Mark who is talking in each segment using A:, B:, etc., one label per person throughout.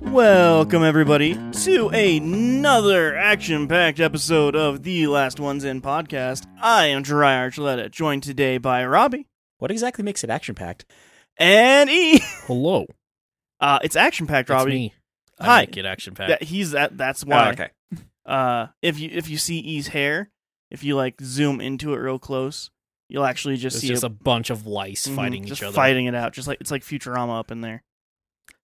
A: Welcome, everybody, to another action packed episode of The Last Ones In podcast. I am Dry Archuleta, joined today by Robbie
B: What exactly makes it action packed?
A: and E.
C: Hello,
A: Uh, it's action packed,
C: that's
A: Robbie.
C: me. Oh, I
A: Hi.
C: make it action
A: That,
C: packed.
A: he's that. That's why.
B: okay.
A: Uh, if you if you see E's hair, if you like zoom into it real close, you'll actually just
C: It's
A: see
C: just
A: it,
C: a bunch of lice
A: mhm,
C: fighting each
A: just
C: other.
A: fighting it out. Just like it's like Futurama up in there.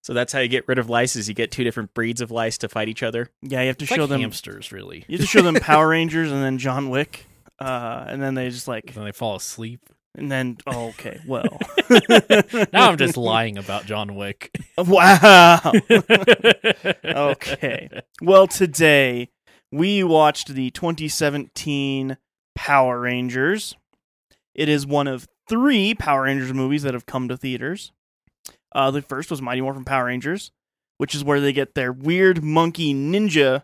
B: So that's how you get rid of lice is you get two different breeds of lice to fight each other.
A: Yeah, you have to
C: It's
A: show
C: like
A: them.
C: hamsters, really.
A: You have to show them Power Rangers and then John Wick, uh, and then they just like
C: Then they fall asleep.
A: and then oh, okay, well.
C: Now I'm just lying about John Wick.
A: Wow.
C: okay.
A: okay. Well, today we watched the 2017 Power Rangers. It is one of three Power Rangers movies that have come to theaters. Uh, the first was Mighty Morphin Power Rangers, which is where they get their weird monkey ninja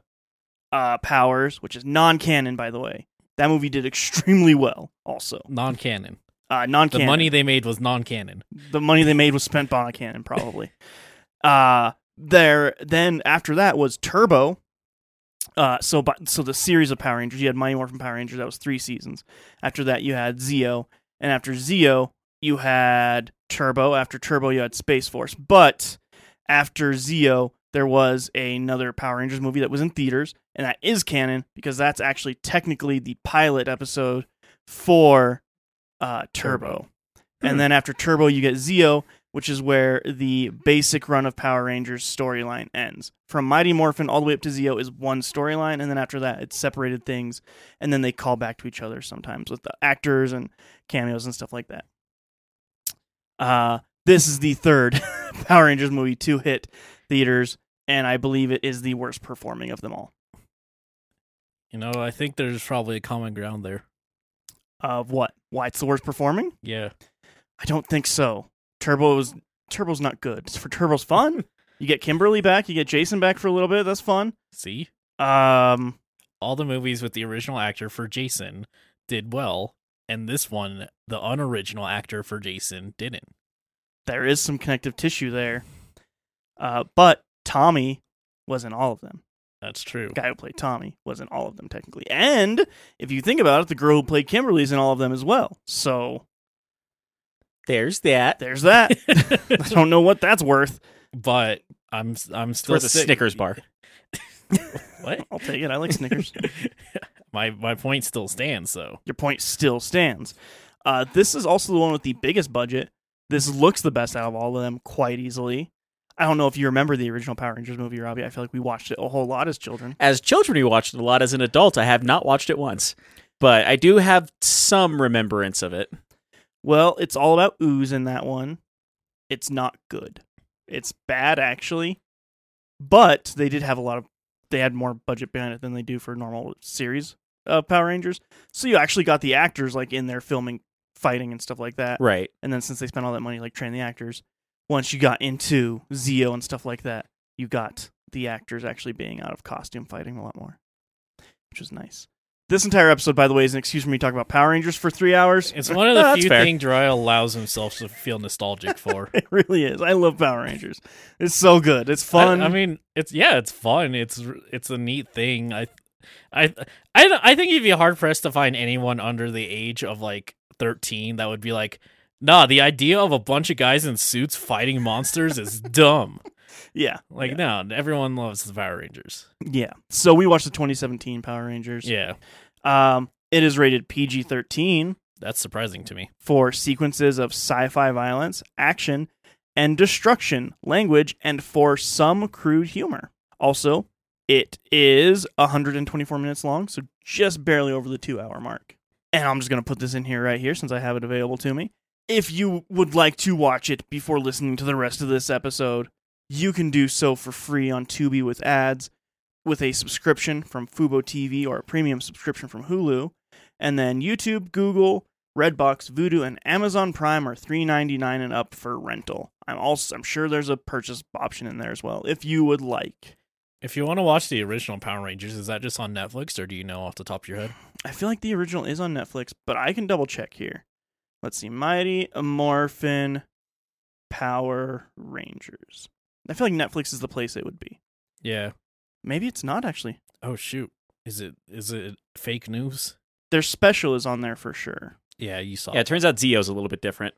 A: uh, powers, which is non canon, by the way. That movie did extremely well, also.
C: Non canon.
A: Uh, non
C: The
A: canon
C: money they made was non canon.
A: the money they made was spent on a cannon probably uh there then after that was turbo uh so but so the series of power rangers you had mighty morphin power rangers that was three seasons after that you had zeo and after zeo you had turbo after turbo you had space force but after zeo there was another power rangers movie that was in theaters and that is canon because that's actually technically the pilot episode for uh turbo.
C: Turbo.
A: And then after Turbo, you get Zeo, which is where the basic run of Power Rangers storyline ends. From Mighty Morphin all the way up to Zeo is one storyline, and then after that, it's separated things, and then they call back to each other sometimes with the actors and cameos and stuff like that. Uh, this is the third Power Rangers movie to hit theaters, and I believe it is the worst performing of them all.
C: You know, I think there's probably a common ground there.
A: Of what? Why it's the worst performing?
C: Yeah.
A: I don't think so. Turbo's Turbo's not good. For Turbo's fun. You get Kimberly back. You get Jason back for a little bit. That's fun.
C: See?
A: Um,
C: all the movies with the original actor for Jason did well, and this one, the unoriginal actor for Jason, didn't.
A: there is some connective tissue there, uh, but Tommy was in all of them.
C: That's true.
A: The guy who played Tommy was in all of them technically, and if you think about it, the girl who played Kimberly is in all of them as well. So
B: There's that.
A: there's that. I don't know what that's worth.
C: but I'm I'm
B: It's
C: still
B: worth a
C: sick.
B: Snickers bar.
C: What?
A: I'll take it. I like Snickers.
C: my my point still stands though.
A: Your point still stands. Uh, this is also the one with the biggest budget. This looks the best out of all of them quite easily. I don't know if you remember the original Power Rangers movie, Robbie. I feel like we watched it a whole lot as children.
B: As children, we watched it a lot. As an adult, I have not watched it once, but I do have some remembrance of it.
A: Well, it's all about ooze in that one. It's not good. It's bad actually. But they did have a lot of they had more budget behind it than they do for normal series of Power Rangers. So you actually got the actors like in there filming fighting and stuff like that.
B: Right.
A: and then since they spent all that money like train the actors once you got into zeo and stuff like that you got the actors actually being out of costume fighting a lot more which was nice this entire episode by the way is an excuse for me to talk about power rangers for three hours
C: It's one of the
B: That's
C: few
B: fair.
C: things Dry allows himself to feel nostalgic for.
A: it really is i love power rangers it's so good it's fun
C: I, I mean, it's yeah, it's fun. It's it's a neat thing. I, I, I, don't- I think you'd be hard pressed to find anyone under the age of like thirteen that would be like, nah, the idea of a bunch of guys in suits fighting monsters is dumb.
A: yeah
C: Like, no, everyone loves the Power Rangers.
A: yeah so we watched the 2017 power rangers
C: Yeah,
A: um it is rated pg-13
C: that's surprising to me.
A: for sequences of sci fi violence, action, and destruction, language, and for some crude humor. Also, it is 124 minutes long, so just barely over the two hour mark. And I'm just going to put this in here right here since I have it available to me. If you would like to watch it before listening to the rest of this episode, you can do so for free on Tubi with ads, with a subscription from Fubo TV or a premium subscription from Hulu, and then YouTube, Google, Redbox, Vudu, and Amazon Prime are $3.99 and up for rental. I'm also I'm sure there's a purchase option in there as well if you would like.
C: If you want to watch the original Power Rangers, is that just on Netflix or do you know off the top of your head?
A: I feel like the original is on Netflix, but I can double check here. Let's see, Mighty Morphin Power Rangers. I feel like Netflix is the place it would be.
C: Yeah.
A: Maybe it's not actually.
C: Oh shoot. Is it is it fake news?
A: Their special is on there for sure.
C: Yeah, you saw.
B: Yeah, it turns out Zio's a little bit different.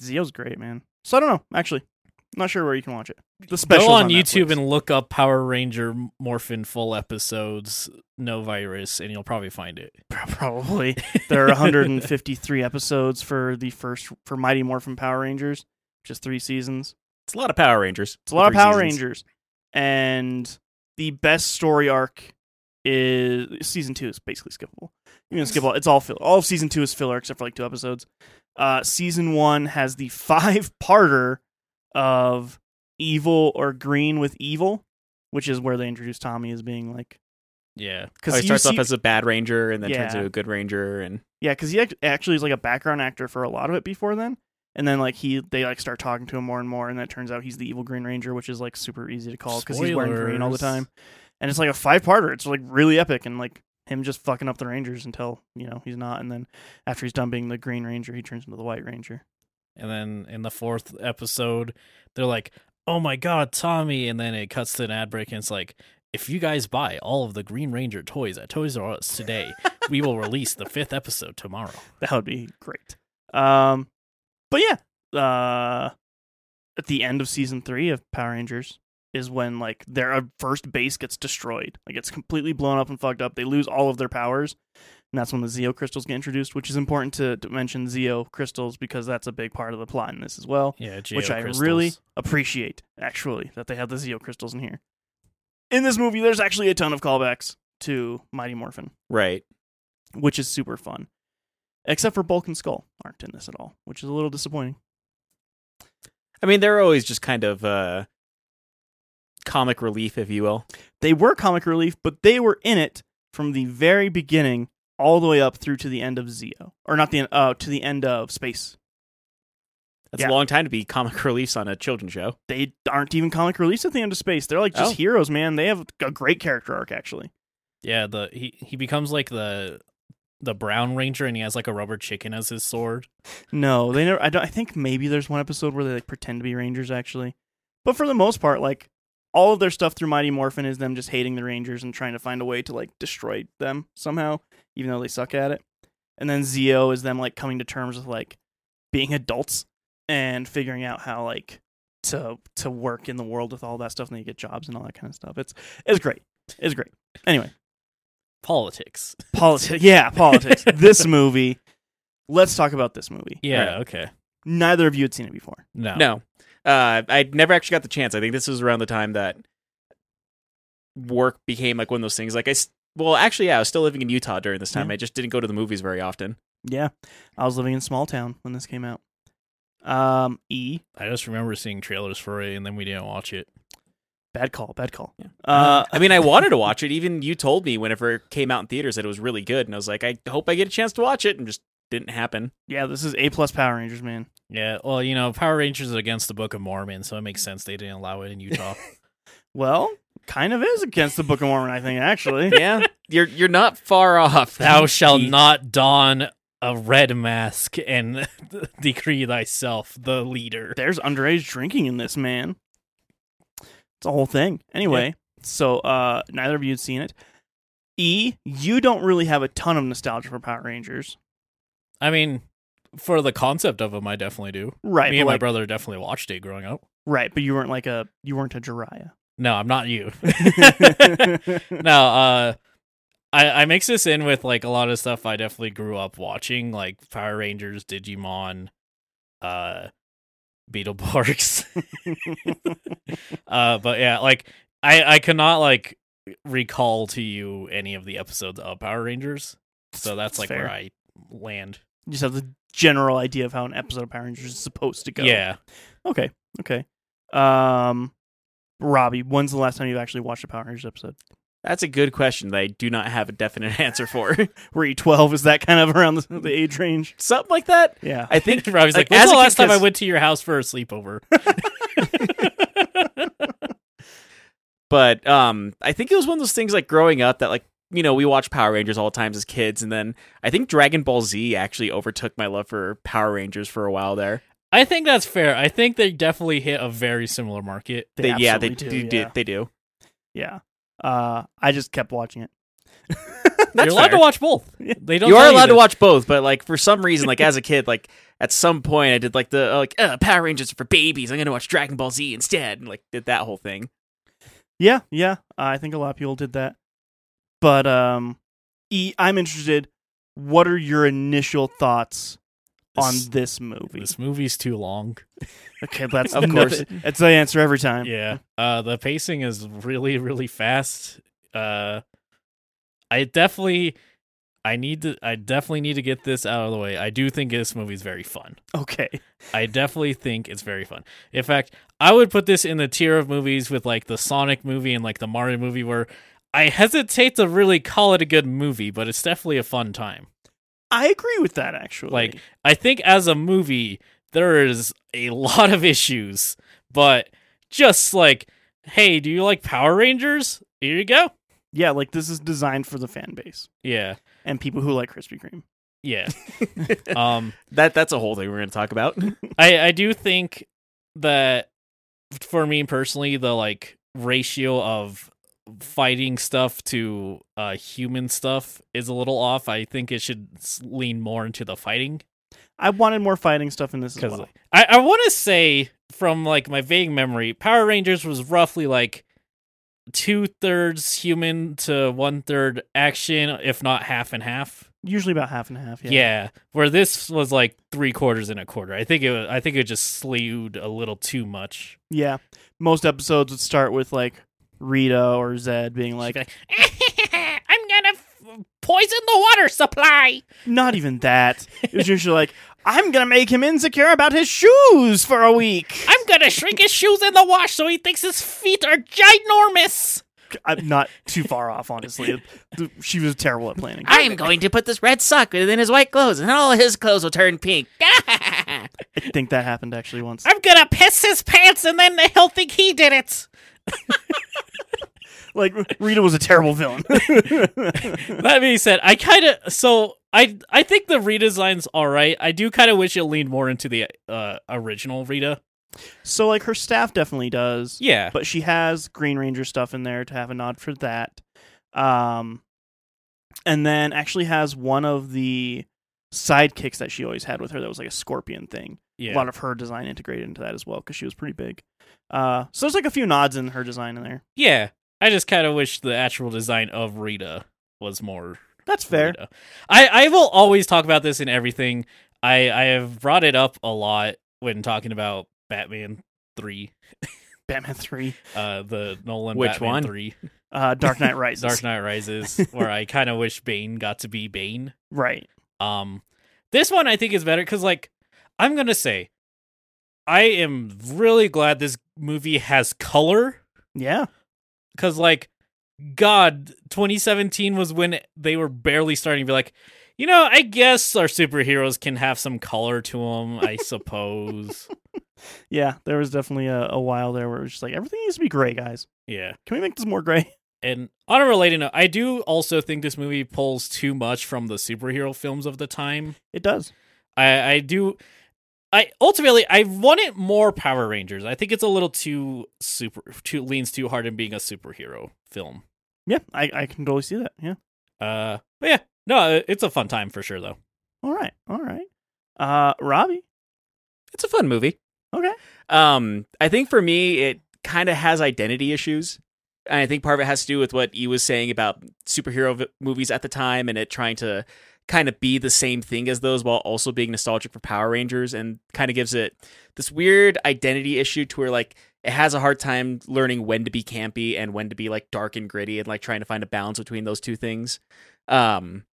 A: Zio's great, man. So I don't know. Actually, I'm not sure where you can watch it. The special
C: Go on, YouTube and look up Power Ranger Morphin full episodes, no virus, and you'll probably find it.
A: probably there are 153 episodes for the first for Mighty Morphin Power Rangers, just three seasons.
B: It's a lot of Power Rangers. Oh,
A: It's a lot of
B: Three
A: Power
B: seasons.
A: Rangers, and the best story arc is season two is basically skippable. You can skip all. It's all filler. All of season two is filler except for like two episodes. Uh, season one has the five parter of evil or green with evil, which is where they introduce Tommy as being like
C: Yeah.
B: Oh,
A: because
B: he starts off as a bad ranger and then turns
A: Yeah.
B: into a good ranger, and
A: Yeah, because he act- actually is like a background actor for a lot of it before then, and then like he they like start talking to him more and more, and then it turns out he's the evil Green Ranger, which is like super easy to call because he's wearing green all the
C: Spoilers.
A: time, and it's like a five parter. It's like really epic, and like him just fucking up the Rangers until you know he's not, and then after he's done being the Green Ranger, he turns into the White Ranger.
C: And then in the fourth episode, they're like, "Oh my god, Tommy!" And then it cuts to an ad break, and it's like, "If you guys buy all of the Green Ranger toys at Toys R Us today, we will release the fifth episode tomorrow."
A: That would be great. Um, but yeah, uh, at the end of season three of Power Rangers is when like their uh, first base gets destroyed, like it's completely blown up and fucked up. They lose all of their powers, and that's when the Zeo crystals get introduced, which is important to, to mention Zeo crystals because that's a big part of the plot in this as well,
C: Yeah,
A: which
C: Geo
A: I
C: Crystals.
A: really appreciate actually that they have the Zeo crystals in here. In this movie, there's actually a ton of callbacks to Mighty Morphin
B: right.
A: which is super fun. Except for Bulk and Skull aren't in this at all, which is a little disappointing.
B: I mean, they're always just kind of uh, comic relief, if you will.
A: They were comic relief, but they were in it from the very beginning all the way up through to the end of Zeo, or not the end, uh, to the end of Space.
B: That's
A: Yeah.
B: a long time to be comic reliefs on a children's show.
A: They aren't even comic relief at the end of Space. They're like just
B: Oh.
A: heroes, man. They have a great character arc actually.
C: Yeah, the he he becomes like the the brown ranger, and he has like a rubber chicken as his sword.
A: No, they never. I don't. I think maybe there's one episode where they like pretend to be Rangers actually, but for the most part, like all of their stuff through Mighty Morphin is them just hating the Rangers and trying to find a way to like destroy them somehow, even though they suck at it. And then Zeo is them like coming to terms with like being adults and figuring out how like to to work in the world with all that stuff, and they get jobs and all that kind of stuff. It's it's great. It's great. Anyway,
C: Politics.
A: politics. Yeah, politics. this movie. Let's talk about this movie.
C: Yeah.
B: Right.
C: Okay.
A: Neither of you had seen it before.
C: No.
B: No, uh, I never actually got the chance. I think this was around the time that work became like one of those things. Like I, s- well, actually, yeah, I was still living in Utah during this time.
A: Yeah.
B: I just didn't go to the movies very often.
A: Yeah. I was living in small town when this came out. Um, E.
C: I just remember seeing trailers for it, and then we didn't watch it.
A: Bad call, bad call.
B: Yeah.
A: Uh,
B: I mean, I wanted to watch it. Even you told me whenever it came out in theaters that it was really good, and I was like, I hope I get a chance to watch it, and just didn't happen.
A: yeah, this is A plus Power Rangers, man.
C: Yeah. Well, you know, Power Rangers is against the Book of Mormon, so it makes sense they didn't allow it in Utah.
A: Well, kind of is against the Book of Mormon, I think, actually.
B: Yeah, you're you're not far off.
C: Thou shalt
B: He-
C: not don a red mask and decree thyself the leader.
A: There's underage drinking in this, man. It's a whole thing. Anyway, so uh, neither of you had seen it. E, you don't really have a ton of nostalgia for Power Rangers.
C: I mean, for the concept of them, I definitely do.
A: Right.
C: Me
A: but
C: and my
A: like-
C: brother definitely watched it growing up.
A: Right, but you weren't like a you weren't a Jiraiya.
C: No, I'm not you. no, uh, I, I mix this in with like a lot of stuff I definitely grew up watching, like Power Rangers, Digimon, uh, Beetleborgs. uh, but yeah, like I I cannot like recall to you any of the episodes of Power Rangers, so that's like
A: Fair.
C: where I land.
A: You just have the general idea of how an episode of Power Rangers is supposed to go.
C: Yeah,
A: Okay. Okay. Um, Robbie, when's the last time you've actually watched a Power Rangers episode?
B: That's a good question that I do not have a definite answer for.
A: Were you twelve? Is that kind of around the, the age range?
B: Something like that.
A: Yeah.
B: I think
C: Robbie's like,
B: like,
C: "When's
B: as
C: the
B: a
C: last
B: kid,
C: time I
B: 'cause-
C: went to your house for a sleepover?"
B: but um i think it was one of those things like growing up that like you know we watched power rangers all the times as kids and then i think dragon ball z actually overtook my love for power rangers for a while there
C: I think that's fair. I think they definitely hit a very similar market.
A: They
B: They- yeah, they
A: absolutely
B: do,
A: Yeah.
B: they do.
A: Yeah. Uh, I just kept watching it.
B: That's
C: You're allowed to
B: fair.
C: watch both.
A: Yeah.
C: They don't.
B: you
C: tell
B: are allowed
C: this.
B: to watch both, but like for some reason, like as a kid, like at some point, I did like the uh, like uh, Power Rangers are for babies. I'm gonna watch Dragon Ball Z instead, and like did that whole thing.
A: Yeah, yeah. I think a lot of people did that. But um E I'm interested. What are your initial thoughts on
C: This-
A: this movie?
C: This movie's too long.
A: Okay, that's
B: Of course.
A: That's the answer every time.
C: Yeah. Uh, the pacing is really, really fast. Uh, I definitely, I need to, I definitely need to get this out of the way. I do think this movie's very fun.
A: Okay.
C: I definitely think it's very fun. In fact, I would put this in the tier of movies with like the Sonic movie and like the Mario movie, where I hesitate to really call it a good movie, but it's definitely a fun time.
A: I agree with that actually.
C: Like, I think as a movie, there is a lot of issues, but just like, hey, do you like Power Rangers? Here you go.
A: yeah, like this is designed for the fan base
C: Yeah,
A: and people who like Krispy Kreme.
C: yeah. um,
B: That that's a whole thing we're gonna talk about.
C: I I do think that for me personally, the like ratio of fighting stuff to uh human stuff is a little off. I think it should s- lean more into the fighting.
A: I wanted more fighting stuff in this as
C: because
A: well.
C: I, I want to say from like my vague memory, Power Rangers was roughly like two thirds human to one third action, if not half and half.
A: Usually about half and half.
C: Yeah. where this was like three quarters and a quarter. I think it was, I think it just slewed a little too much.
A: Yeah. Most episodes would start with like Rita or Zed being like,
C: She's I'm gonna f- poison the water supply.
A: not even that. It was usually like, I'm gonna make him insecure about his shoes for a week.
C: I'm gonna shrink his shoes in the wash so he thinks his feet are ginormous.
A: I'm not too far off, honestly. Th- She was terrible at planning.
B: I'm going to put this red sock within his white clothes, and all his clothes will turn pink.
A: I think that happened actually once.
C: I'm gonna piss his pants and then he'll think he did it.
A: Like Rita was a terrible villain.
C: That being said, I kind of so I I think the redesign's all right. I do kind of wish it leaned more into the uh, original Rita.
A: so like her staff definitely does,
C: Yeah,
A: but she has Green Ranger stuff in there to have a nod for that. Um, and then actually has one of the sidekicks that she always had with her that was like a scorpion thing.
C: yeah.
A: a lot of her design integrated into that as well because she was pretty big. Uh, so there's like a few nods in her design in there.
C: yeah. I just kind of wish the actual design of Rita was more
A: That's fair.
C: Rita. I I will always talk about this in everything. I I have brought it up a lot when talking about Batman three,
A: Batman Three,
C: uh, the Nolan
B: Which
C: Batman
B: one?
C: three,
A: uh, Dark Knight Rises.
C: Dark Knight Rises, where I kind of wish Bane got to be Bane.
A: Right.
C: Um, this one I think is better because, like, I'm gonna say, I am really glad this movie has color
A: Yeah.
C: because, like, God, 2017 was when they were barely starting to be like, you know, I guess our superheroes can have some color to them, I suppose.
A: Yeah. There was definitely a, a while there where it was just like everything needs to be gray, guys.
C: yeah.
A: Can we make this more gray?
C: And on a related note, I do also think this movie pulls too much from the superhero films of the time.
A: It does.
C: I I do I ultimately I wanted more Power Rangers. I think it's a little too super too leans too hard in being a superhero film.
A: Yeah. I, I can totally see that. Yeah.
C: Uh but yeah, no, it's a fun time for sure though.
A: All right. All right. Uh, Robbie.
B: it's a fun movie.
A: Okay.
B: Um, I think for me, it kind of has identity issues. And I think part of it has to do with what E was saying about superhero v- movies at the time and it trying to kind of be the same thing as those while also being nostalgic for Power Rangers and kind of gives it this weird identity issue to where like it has a hard time learning when to be campy and when to be like dark and gritty and like trying to find a balance between those two things. Um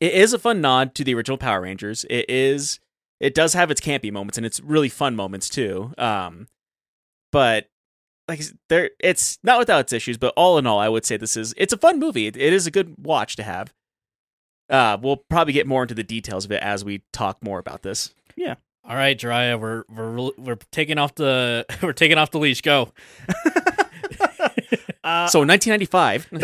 B: it is a fun nod to the original Power Rangers. It is it does have its campy moments and it's really fun moments too. Um, but like I said, there, it's not without its issues. But all in all, I would say this is it's a fun movie. It, it is a good watch to have. Uh, we'll probably get more into the details of it as we talk more about this.
C: All right, Jiraiya, we're we're re- we're taking off the we're taking off the leash. Go.
A: Uh,
B: so, 1995,
A: Uh,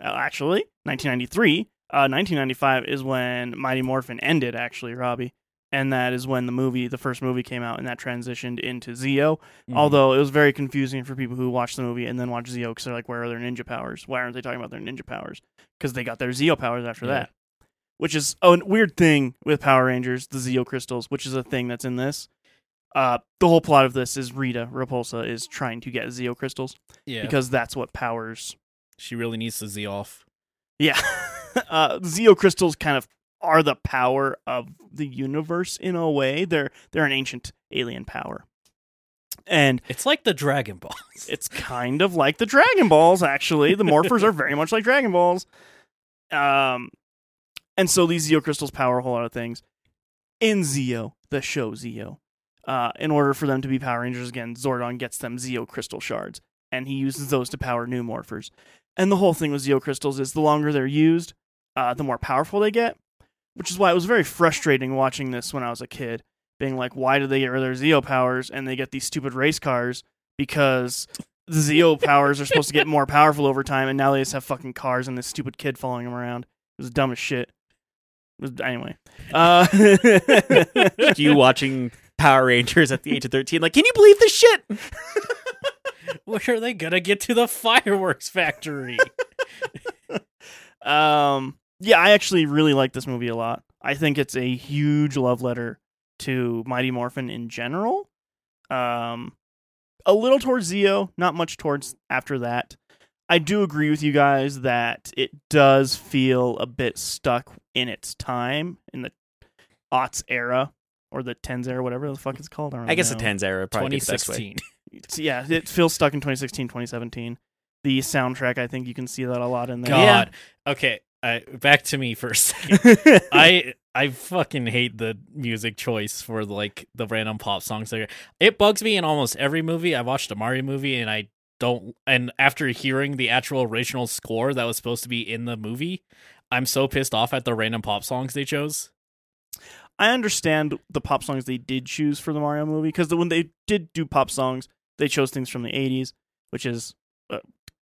A: actually, 1993. Uh, 1995 is when Mighty Morphin ended, actually, Robbie. and that is when the movie, the first movie, came out, and that transitioned into Zio.
C: Mhm.
A: Although it was very confusing for people who watched the movie and then watched Zio because they're like, "Where are their ninja powers? Why aren't they talking about their ninja powers?" Because they got their Zio powers after
C: Yeah.
A: that, which is a weird thing with Power Rangers, the Zio crystals, which is a thing that's in this. Uh, the whole plot of this is Rita Repulsa is trying to get Zio crystals
C: yeah,
A: because that's what powers
C: she really needs to z off.
A: yeah. uh Zeo crystals kind of are the power of the universe in a way. They're they're an ancient alien power. And
C: It's like the Dragon Balls.
A: it's kind of like the Dragon Balls actually. The morphers are very much like Dragon Balls. Um and so these Zeo crystals power a whole lot of things. In Zeo, the show Zeo. Uh, in order for them to be Power Rangers again, Zordon gets them Zeo crystal shards, and he uses those to power new morphers. And the whole thing with Zeo crystals is the longer they're used, uh, the more powerful they get, which is why it was very frustrating watching this when I was a kid, being like, why did they get rid of their Zeo powers and they get these stupid race cars because the Zeo powers are supposed to get more powerful over time, and now they just have fucking cars and this stupid kid following them around. It was dumb as shit. It was- Anyway, uh,
B: you watching Power Rangers at the age of 13. Like, can you believe this shit?
C: Where are they gonna get to the fireworks factory?
A: Um, yeah, I actually really like this movie a lot. I think it's a huge love letter to Mighty Morphin in general. Um, a little towards Zeo, not much towards after that. I do agree with you guys that it does feel a bit stuck in its time in the aughts era or the tens era, whatever the fuck it's called. I, don't
B: I guess
A: know.
B: the 10s era would probably be the best way.
C: 2016.
A: It's- Yeah, it feels stuck in 2016, 2017. The soundtrack, I think you can see that a lot in there.
C: God. Okay. I, back to me for a second.
A: Yeah.
C: I I fucking hate the music choice for like the random pop songs. There, it bugs me in almost every movie. I watched a Mario movie and I don't. And after hearing the actual original score that was supposed to be in the movie, I'm so pissed off at the random pop songs they chose.
A: I understand the pop songs they did choose for the Mario movie because when they did do pop songs, they chose things from the '80s, which is a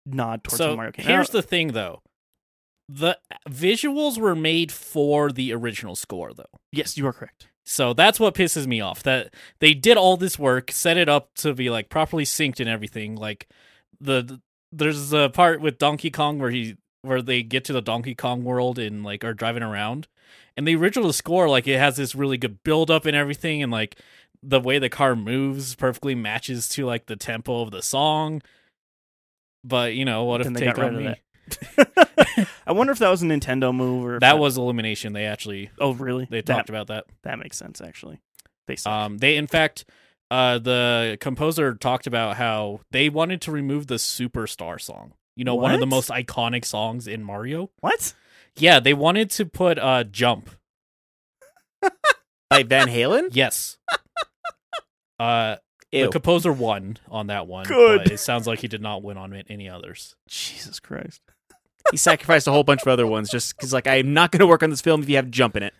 A: nod towards
C: so
A: when Mario came
C: here's
A: out.
C: the thing, though. The visuals were made for the original score, though.
A: yes, you are correct.
C: So that's what pisses me off that they did all this work, set it up to be like properly synced and everything. Like the, the- there's a part with Donkey Kong where he where they get to the Donkey Kong world and like are driving around, and the original score like it has this really good build up and everything, and like the way the car moves perfectly matches to like the tempo of the song. But you know what if
A: Then they
C: Take
A: got rid
C: on
A: of
C: Me?
A: I wonder if that was a Nintendo move or if
C: That was elimination. They actually
A: Oh, really?
C: they
A: that,
C: talked about that.
A: that makes sense actually. They suck.
C: Um, they, in fact, uh, the composer talked about how they wanted to remove the superstar song. You know, one of the
A: What?
C: most iconic songs in Mario.
A: what?
C: Yeah, they wanted to put uh, "Jump."
B: By Van Halen?
C: Yes. uh, the
B: Ew.
C: composer won on that one.
A: Good.
C: But it sounds like he did not win on it- any others.
A: Jesus Christ!
B: he sacrificed a whole bunch of other ones just because, like, I'm not going to work on this film if you have jump in it.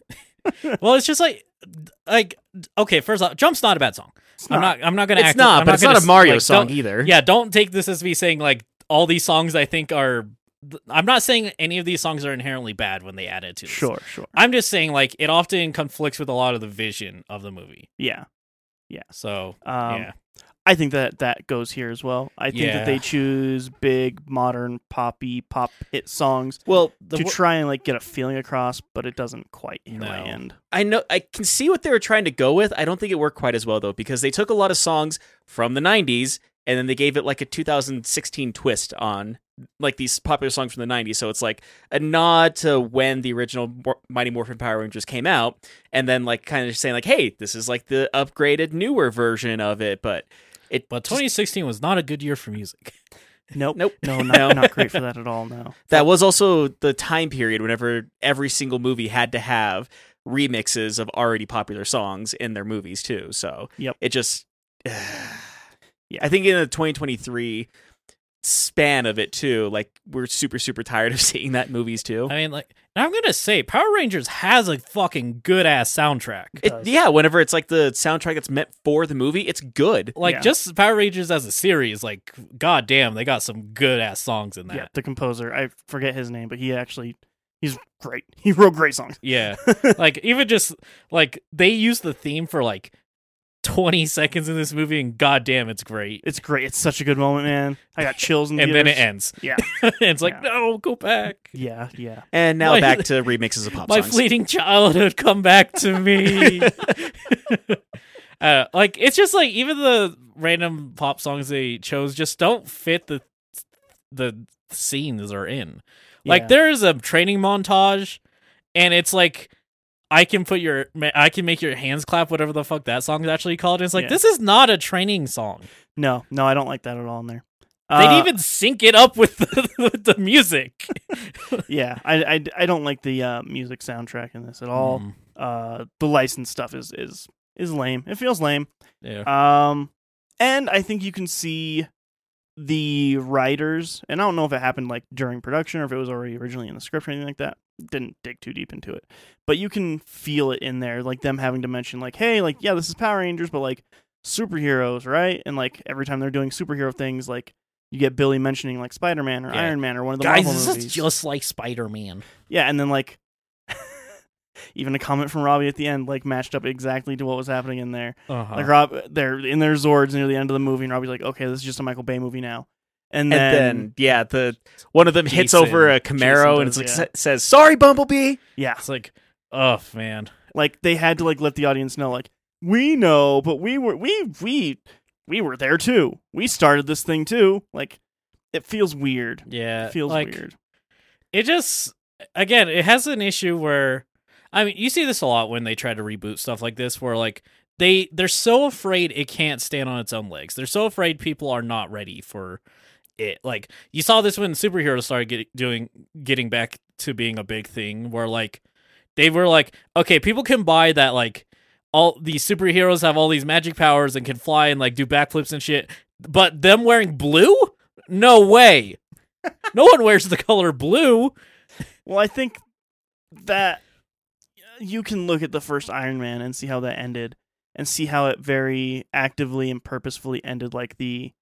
C: well, it's just like, like, okay, first off, "Jump's" not a bad song.
A: It's
C: I'm not. I'm not gonna.
B: Uh, it's
C: act,
B: not,
C: I'm
B: but it's
C: gonna
B: not a
C: s-
B: Mario
C: like,
B: song
C: don't-
B: either.
C: yeah don't take this as me saying like all these songs i think are i'm not saying any of these songs are inherently bad when they add it to this.
A: Sure, sure.
C: i'm just saying like it often conflicts with a lot of the vision of the movie
A: Yeah.
C: so
A: Um,
C: yeah
A: I think that that goes here as well. I think
C: Yeah.
A: that they choose big modern poppy pop hit songs
B: Well, the,
A: to
B: wo-
A: try and like get a feeling across, but it doesn't quite hit my
C: No.
A: end.
B: I know I can see what they were trying to go with. I don't think it worked quite as well though because they took a lot of songs from the 90s and then they gave it like a 2016 twist on like these popular songs from the 90s. So it's like a nod to when the original Mor- Mighty Morphin Power Rangers came out and then like kind of saying like, "Hey, this is like the upgraded newer version of it." But it
C: but 2016 was not a good year for music
A: Nope.
B: Nope.
A: No,
B: No.
A: not, not great for that at all. No.
B: that was also the time period whenever every single movie had to have remixes of already popular songs in their movies too. So
A: Yep.
B: it just yeah, I think in the 2023 span of it too, like we're super super tired of seeing that in movies too.
A: Oh.
C: i mean like and i'm gonna say power rangers has a fucking good ass soundtrack
B: It-
A: does.
B: yeah, whenever it's like the soundtrack that's meant for the movie, it's good.
C: like
A: Yeah.
C: just power rangers as a series like goddamn they got some good ass songs in that
A: Yeah, the composer. I forget his name, but he actually He's great. He wrote great songs.
C: Yeah. like even just like they use the theme for like 20 seconds in this movie and goddamn it's great.
A: It's great. It's such a good moment, man. I got chills in
C: And then it
A: theaters.
C: ends.
A: Yeah.
C: it's like,
A: Yeah.
C: "No, go back."
A: Yeah, yeah.
B: And now
C: My-
B: back to remixes of pop
C: My
B: songs.
C: fleeting childhood come back to me. uh, like it's just like even the random pop songs they chose just don't fit the the scenes they're in. Like
A: Yeah.
C: there is a training montage, and it's like I can put your ma- I can make your hands clap whatever the fuck that song is actually called. And it's like
A: Yeah.
C: this is not a training song.
A: No, no, I don't like that at all in there.
C: They'd
A: Uh,
C: even sync it up with the, with the music.
A: yeah, I, I, I don't like the uh, music soundtrack in this at all.
C: Mm,
A: Uh, the license stuff is is is lame. It feels lame.
C: yeah.
A: Um, and I think you can see the writers, and I don't know if it happened like during production or if it was already originally in the script or anything like that. Didn't dig too deep into it, but you can feel it in there, like them having to mention like, hey, like yeah, this is Power Rangers, but like superheroes, right? And like every time they're doing superhero things, like you get Billy mentioning like Spider Man or
C: Yeah.
A: Iron Man or one of the
C: Guys,
A: Marvel
C: this
A: movies.
C: is just like Spider Man.
A: Yeah, and then like even a comment from Robbie at the end like matched up exactly to what was happening in there.
C: Uh-huh.
A: Like Rob, they're in their Zords near the end of the movie, and Robbie's like, "Okay, this is just a Michael Bay movie now." And
B: and
A: then,
B: then yeah, the one of them hits
C: Jason-
B: over a Camaro
A: Jason
B: and it's like
A: does,
B: sa- says, "Sorry, Bumblebee."
A: yeah,
C: It's like, oh man,
A: like they had to like let the audience know, like we know, but we were we we we were there too. We started this thing too. Like it feels weird.
C: yeah,
A: It feels
C: like,
A: weird.
C: It just, again, it has an issue where, I mean, you see this a lot when they try to reboot stuff like this, where like they they're so afraid it can't stand on its own legs. They're so afraid people are not ready for it. Like you saw this when superheroes started get, doing getting back to being a big thing, where like they were like, okay, people can buy that like. All these superheroes have all these magic powers and can fly and like do backflips and shit, but them wearing blue? No way. no one wears the color blue.
A: Well, I think that you can look at the first Iron Man and see how that ended, and see how it very actively and purposefully ended, like the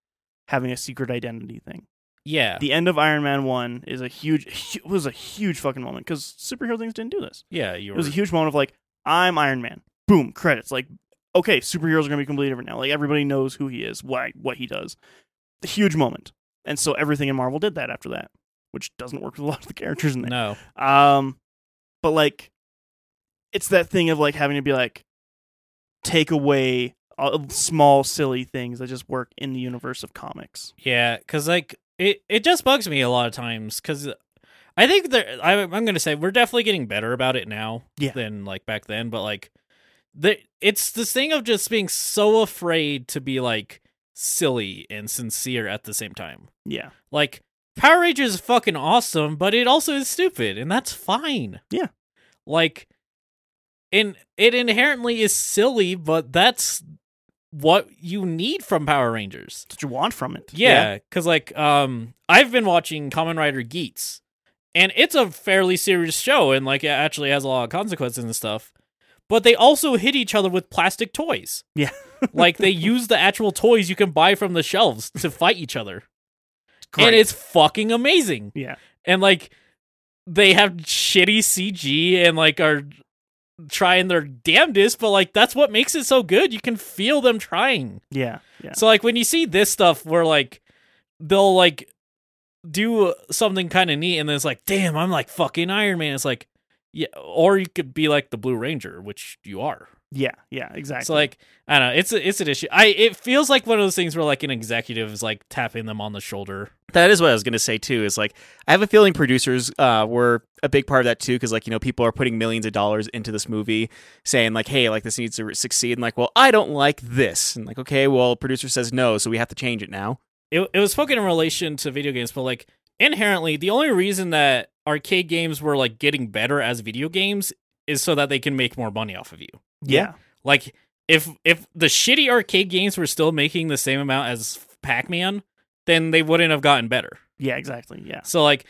A: having a secret identity thing.
C: Yeah.
A: The end of Iron Man One is a huge it was a huge fucking moment because superhero things didn't do this.
C: yeah, you
A: It
C: were.
A: was a huge moment of like I'm Iron Man, boom credits. Like okay, superheroes are gonna be completely different now. Like everybody knows who he is, why what he does. A huge moment, and so everything in Marvel did that after that, which doesn't work with a lot of the characters in there.
C: no.
A: Um, but like, it's that thing of like having to be like, take away all small silly things that just work in the universe of comics.
C: Yeah, cuz like it it just bugs me a lot of times cuz I think there I I'm going to say we're definitely getting better about it now
A: Yeah.
C: than like back then, but like the it's this thing of just being so afraid to be like silly and sincere at the same time.
A: Yeah,
C: Like Power Rangers is fucking awesome, but it also is stupid, and that's fine.
A: Yeah.
C: Like and it inherently is silly, but that's what you need from Power Rangers.
A: that's what you want from it.
C: Yeah, cuz like um I've been watching Common Rider Geats and it's a fairly serious show and like it actually has a lot of consequences and stuff. But they also hit each other with plastic toys.
A: Yeah.
C: like they use the actual toys you can buy from the shelves to fight each other
A: Great.
C: and it's fucking amazing.
A: Yeah.
C: And like they have shitty CG and like are trying their damnedest, but like that's what makes it so good. You can feel them trying.
A: yeah, yeah,
C: So like when you see this stuff where like they'll like do something kind of neat and then it's like, "Damn, I'm like fucking Iron Man." It's like yeah, or you could be like the Blue Ranger, which you are.
A: yeah, yeah. Exactly.
C: So like I don't know, it's a, it's an issue. I it feels like one of those things where like an executive is like tapping them on the shoulder
B: That is what I was gonna say too. Is like I have a feeling producers uh, were a big part of that too, because like you know people are putting millions of dollars into this movie, saying like, hey, like this needs to succeed, and like, well, I don't like this, and like, okay, well, producer says no, so we have to change it now.
C: it, it was spoken in relation to video games, but like inherently, the only reason that arcade games were like getting better as video games is so that they can make more money off of you.
A: yeah,
C: Like if if the shitty arcade games were still making the same amount as Pac-Man, then they wouldn't have gotten better.
A: yeah. Exactly. Yeah,
C: So like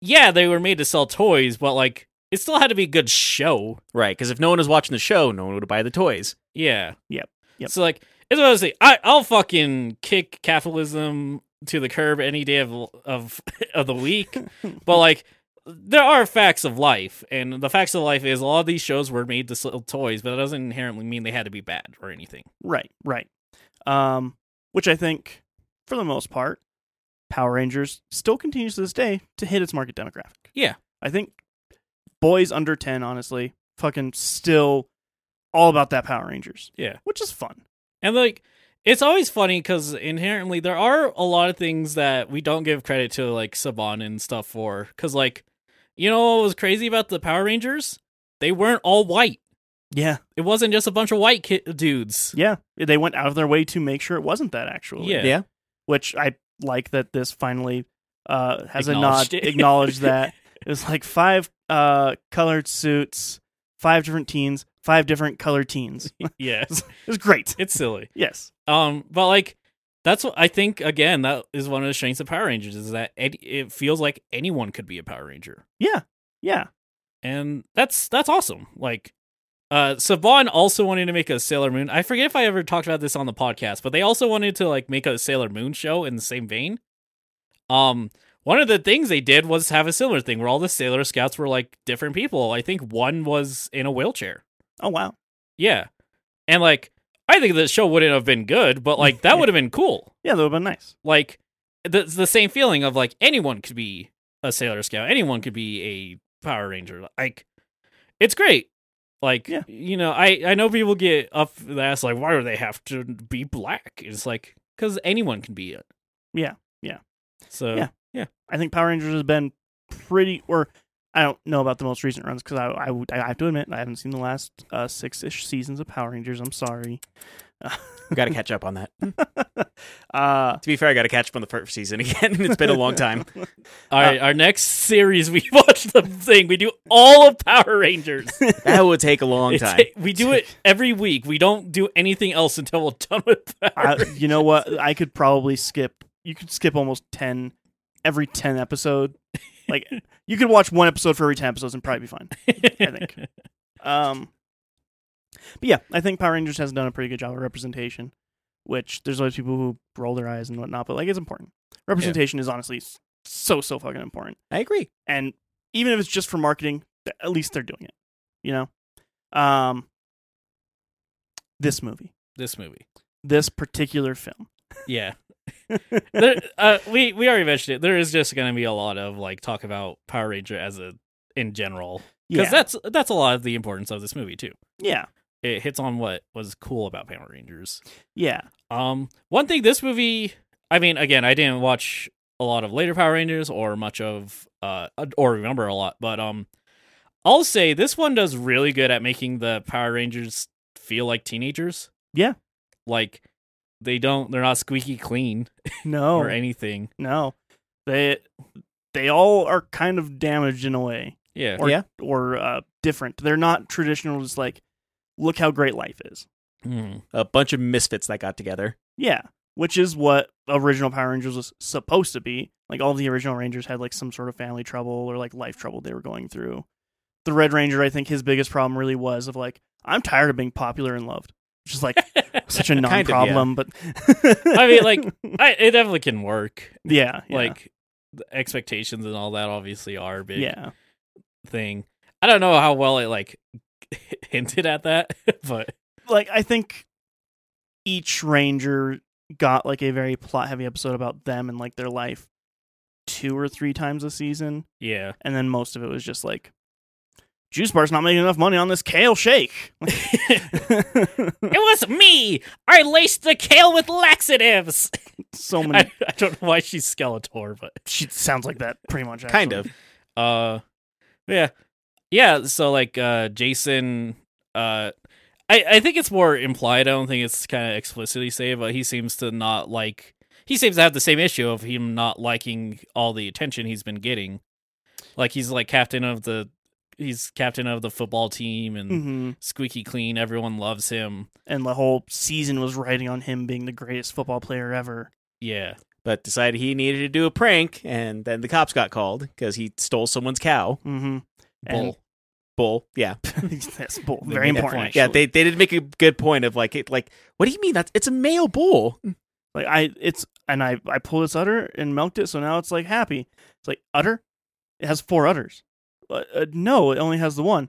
C: yeah, they were made to sell toys, but like it still had to be a good show.
B: Right, because if no one was watching the show, no one would buy the toys.
C: Yeah.
A: Yep. Yep.
C: So like it's what I was saying. I I'll fucking kick capitalism to the curb any day of of of the week. but like there are facts of life, and the facts of life is a lot of these shows were made to sell toys, but that doesn't inherently mean they had to be bad or anything.
A: Right, right. Um, which I think, for the most part, Power Rangers still continues to this day to hit its market demographic.
C: Yeah.
A: I think boys under 10, honestly, fucking still all about that Power Rangers.
C: Yeah.
A: Which is fun.
C: And like it's always funny because inherently there are a lot of things that we don't give credit to like Saban and stuff for. Because like you know what was crazy about the Power Rangers? They weren't all white.
A: Yeah.
C: It wasn't just a bunch of white ki- dudes.
A: Yeah. They went out of their way to make sure it wasn't that, actually.
C: Yeah.
B: Yeah.
A: Which I like that this finally uh, has a nod,
C: Acknowledged it.
A: acknowledge that. It was like five uh, colored suits, five different teens, five different color teens. It
C: yeah.
A: was great.
C: It's silly.
A: Yes.
C: Um, but like that's what I think. Again, that is one of the strengths of Power Rangers is that it, it feels like anyone could be a Power Ranger.
A: Yeah. Yeah.
C: and that's that's awesome. Like, uh, Saban also wanted to make a Sailor Moon. I forget if I ever talked about this on the podcast, but they also wanted to like make a Sailor Moon show in the same vein. Um, one of the things they did was have a similar thing where all the Sailor Scouts were like different people. I think one was in a wheelchair.
A: Oh, wow.
C: Yeah, and like I think the show wouldn't have been good, but like that would have been cool.
A: Yeah, that would have been nice.
C: Like the the same feeling of like anyone could be a Sailor Scout, anyone could be a Power Ranger. Like it's great. Like
A: Yeah.
C: you know, I I know people get up the ass like, why do they have to be black? It's like because anyone can be it.
A: Yeah, yeah.
C: So
A: Yeah. I think Power Rangers has been pretty, or I don't know about the most recent runs because I, I, would- I have to admit I haven't seen the last uh, six ish seasons of Power Rangers. I'm sorry.
B: Got to catch up on that. To
A: Uh,
B: be fair, I got to catch up on the first season again. it's been a long time.
C: all
A: Uh,
C: right, our next series we watch the thing we do all of Power Rangers.
B: That would take a long
C: It's-
B: time.
C: we do it every week. We don't do anything else until we're done with Power
A: I,
C: Rangers.
A: you know what? I could probably skip. You could skip almost ten every ten episode. Like you could watch one episode for every ten episodes and probably be fine. I think. Um, but yeah, I think Power Rangers has done a pretty good job of representation, which there's always people who roll their eyes and whatnot, but like it's important. Representation is honestly s- so so fucking important,
B: I agree.
A: and even if it's just for marketing, th- at least they're doing it. You know, um, this movie,
C: this movie.
A: this particular film,
C: Yeah. there, uh, we we already mentioned it. There is just going to be a lot of like talk about Power Ranger as a in general because
A: yeah,
C: that's that's a lot of the importance of this movie too.
A: yeah,
C: It hits on what was cool about Power Rangers.
A: yeah,
C: Um, one thing this movie, I mean, again, I didn't watch a lot of later Power Rangers or much of uh or remember a lot, but um, I'll say this one does really good at making the Power Rangers feel like teenagers.
A: Yeah.
C: like they don't they're not squeaky clean
A: no,
C: or anything.
A: no, Oh. they they all are kind of damaged in a way.
C: Yeah.
A: or
B: Yeah.
A: or uh, different. They're not traditional. Just like, look how great life is. Hmm.
C: Mm.
B: A bunch of misfits that got together.
A: Yeah, which is what original Power Rangers was supposed to be. Like all the original Rangers had like some sort of family trouble or like life trouble they were going through. The Red Ranger, I think his biggest problem really was of like, I'm tired of being popular and loved, which is like such a
B: yeah.
A: non-problem. But
C: I mean, like, I, it definitely can work.
A: yeah, yeah,
C: Like the expectations and all that obviously are a big
A: yeah,
C: thing. I don't know how well it like hinted at that, but
A: like I think each ranger got like a very plot heavy episode about them and like their life two or three times a season
C: yeah.
A: and then most of it was just like juice bar's not making enough money on this kale shake
C: It was me. I laced the kale with laxatives.
A: so many
C: I, I don't know why she's Skeletor, but
A: she sounds like that pretty much
B: Kind of.
A: actually.
C: uh, yeah, yeah. So like, uh, Jason, uh, I I think it's more implied. I don't think it's kind of explicitly said, but he seems to not like. He seems to have the same issue of him not liking all the attention he's been getting. Like he's like captain of the, he's captain of the football team and
A: Mhm.
C: squeaky clean. Everyone loves him.
A: and the whole season was riding on him being the greatest football player ever
C: Yeah.
B: But decided he needed to do a prank, and then the cops got called because he stole someone's cow.
A: mm-hmm.
C: Bull.
B: Bull. Yeah.
A: that's bull.
C: They
A: very
C: made that
A: important
C: point.
A: actually.
B: Yeah, they, they did make a good point of like, it, like, what do you mean? That's, it's a male bull.
A: Like I, it's and I, I pulled its udder and milked it, so now it's like happy. It's like udder It has four udders. Uh, uh, no, it only has the one.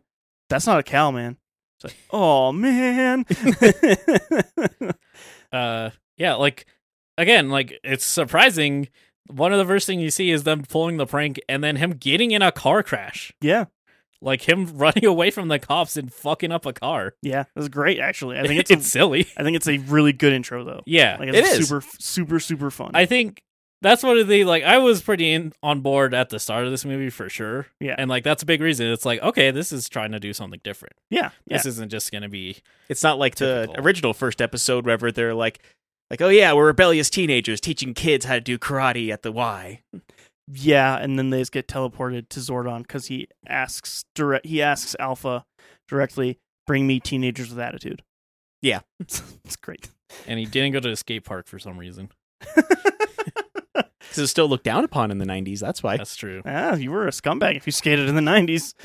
A: That's not a cow, man. It's like, oh man.
C: uh yeah like again like it's surprising one of the first thing you see is them pulling the prank and then him getting in a car crash
A: yeah,
C: like him running away from the cops and fucking up a car
A: yeah. That's great, actually. I think
C: it's,
A: it's. a-
C: silly
A: I think it's a really good intro, though.
C: yeah
A: Like
B: It
A: it's
B: is.
A: super, super, super fun.
C: i think that's one of the like i was pretty in, on board at the start of this movie for sure
A: Yeah.
C: and like that's a big reason it's like okay this is trying to do something different
A: yeah, yeah.
C: this isn't just gonna be
B: It's not like the
C: Typical.
B: original first episode wherever they're like, like, oh yeah, we're rebellious teenagers teaching kids how to do karate at the Y.
A: Yeah, and then they just get teleported to Zordon because he asks direct. He asks Alpha directly, "Bring me teenagers with attitude."
B: Yeah.
A: it's great.
C: and he didn't go to the skate park for some reason
B: Because it was still looked down upon in the '90s. That's why.
C: that's true
A: Ah, you were a scumbag if you skated in the nineties.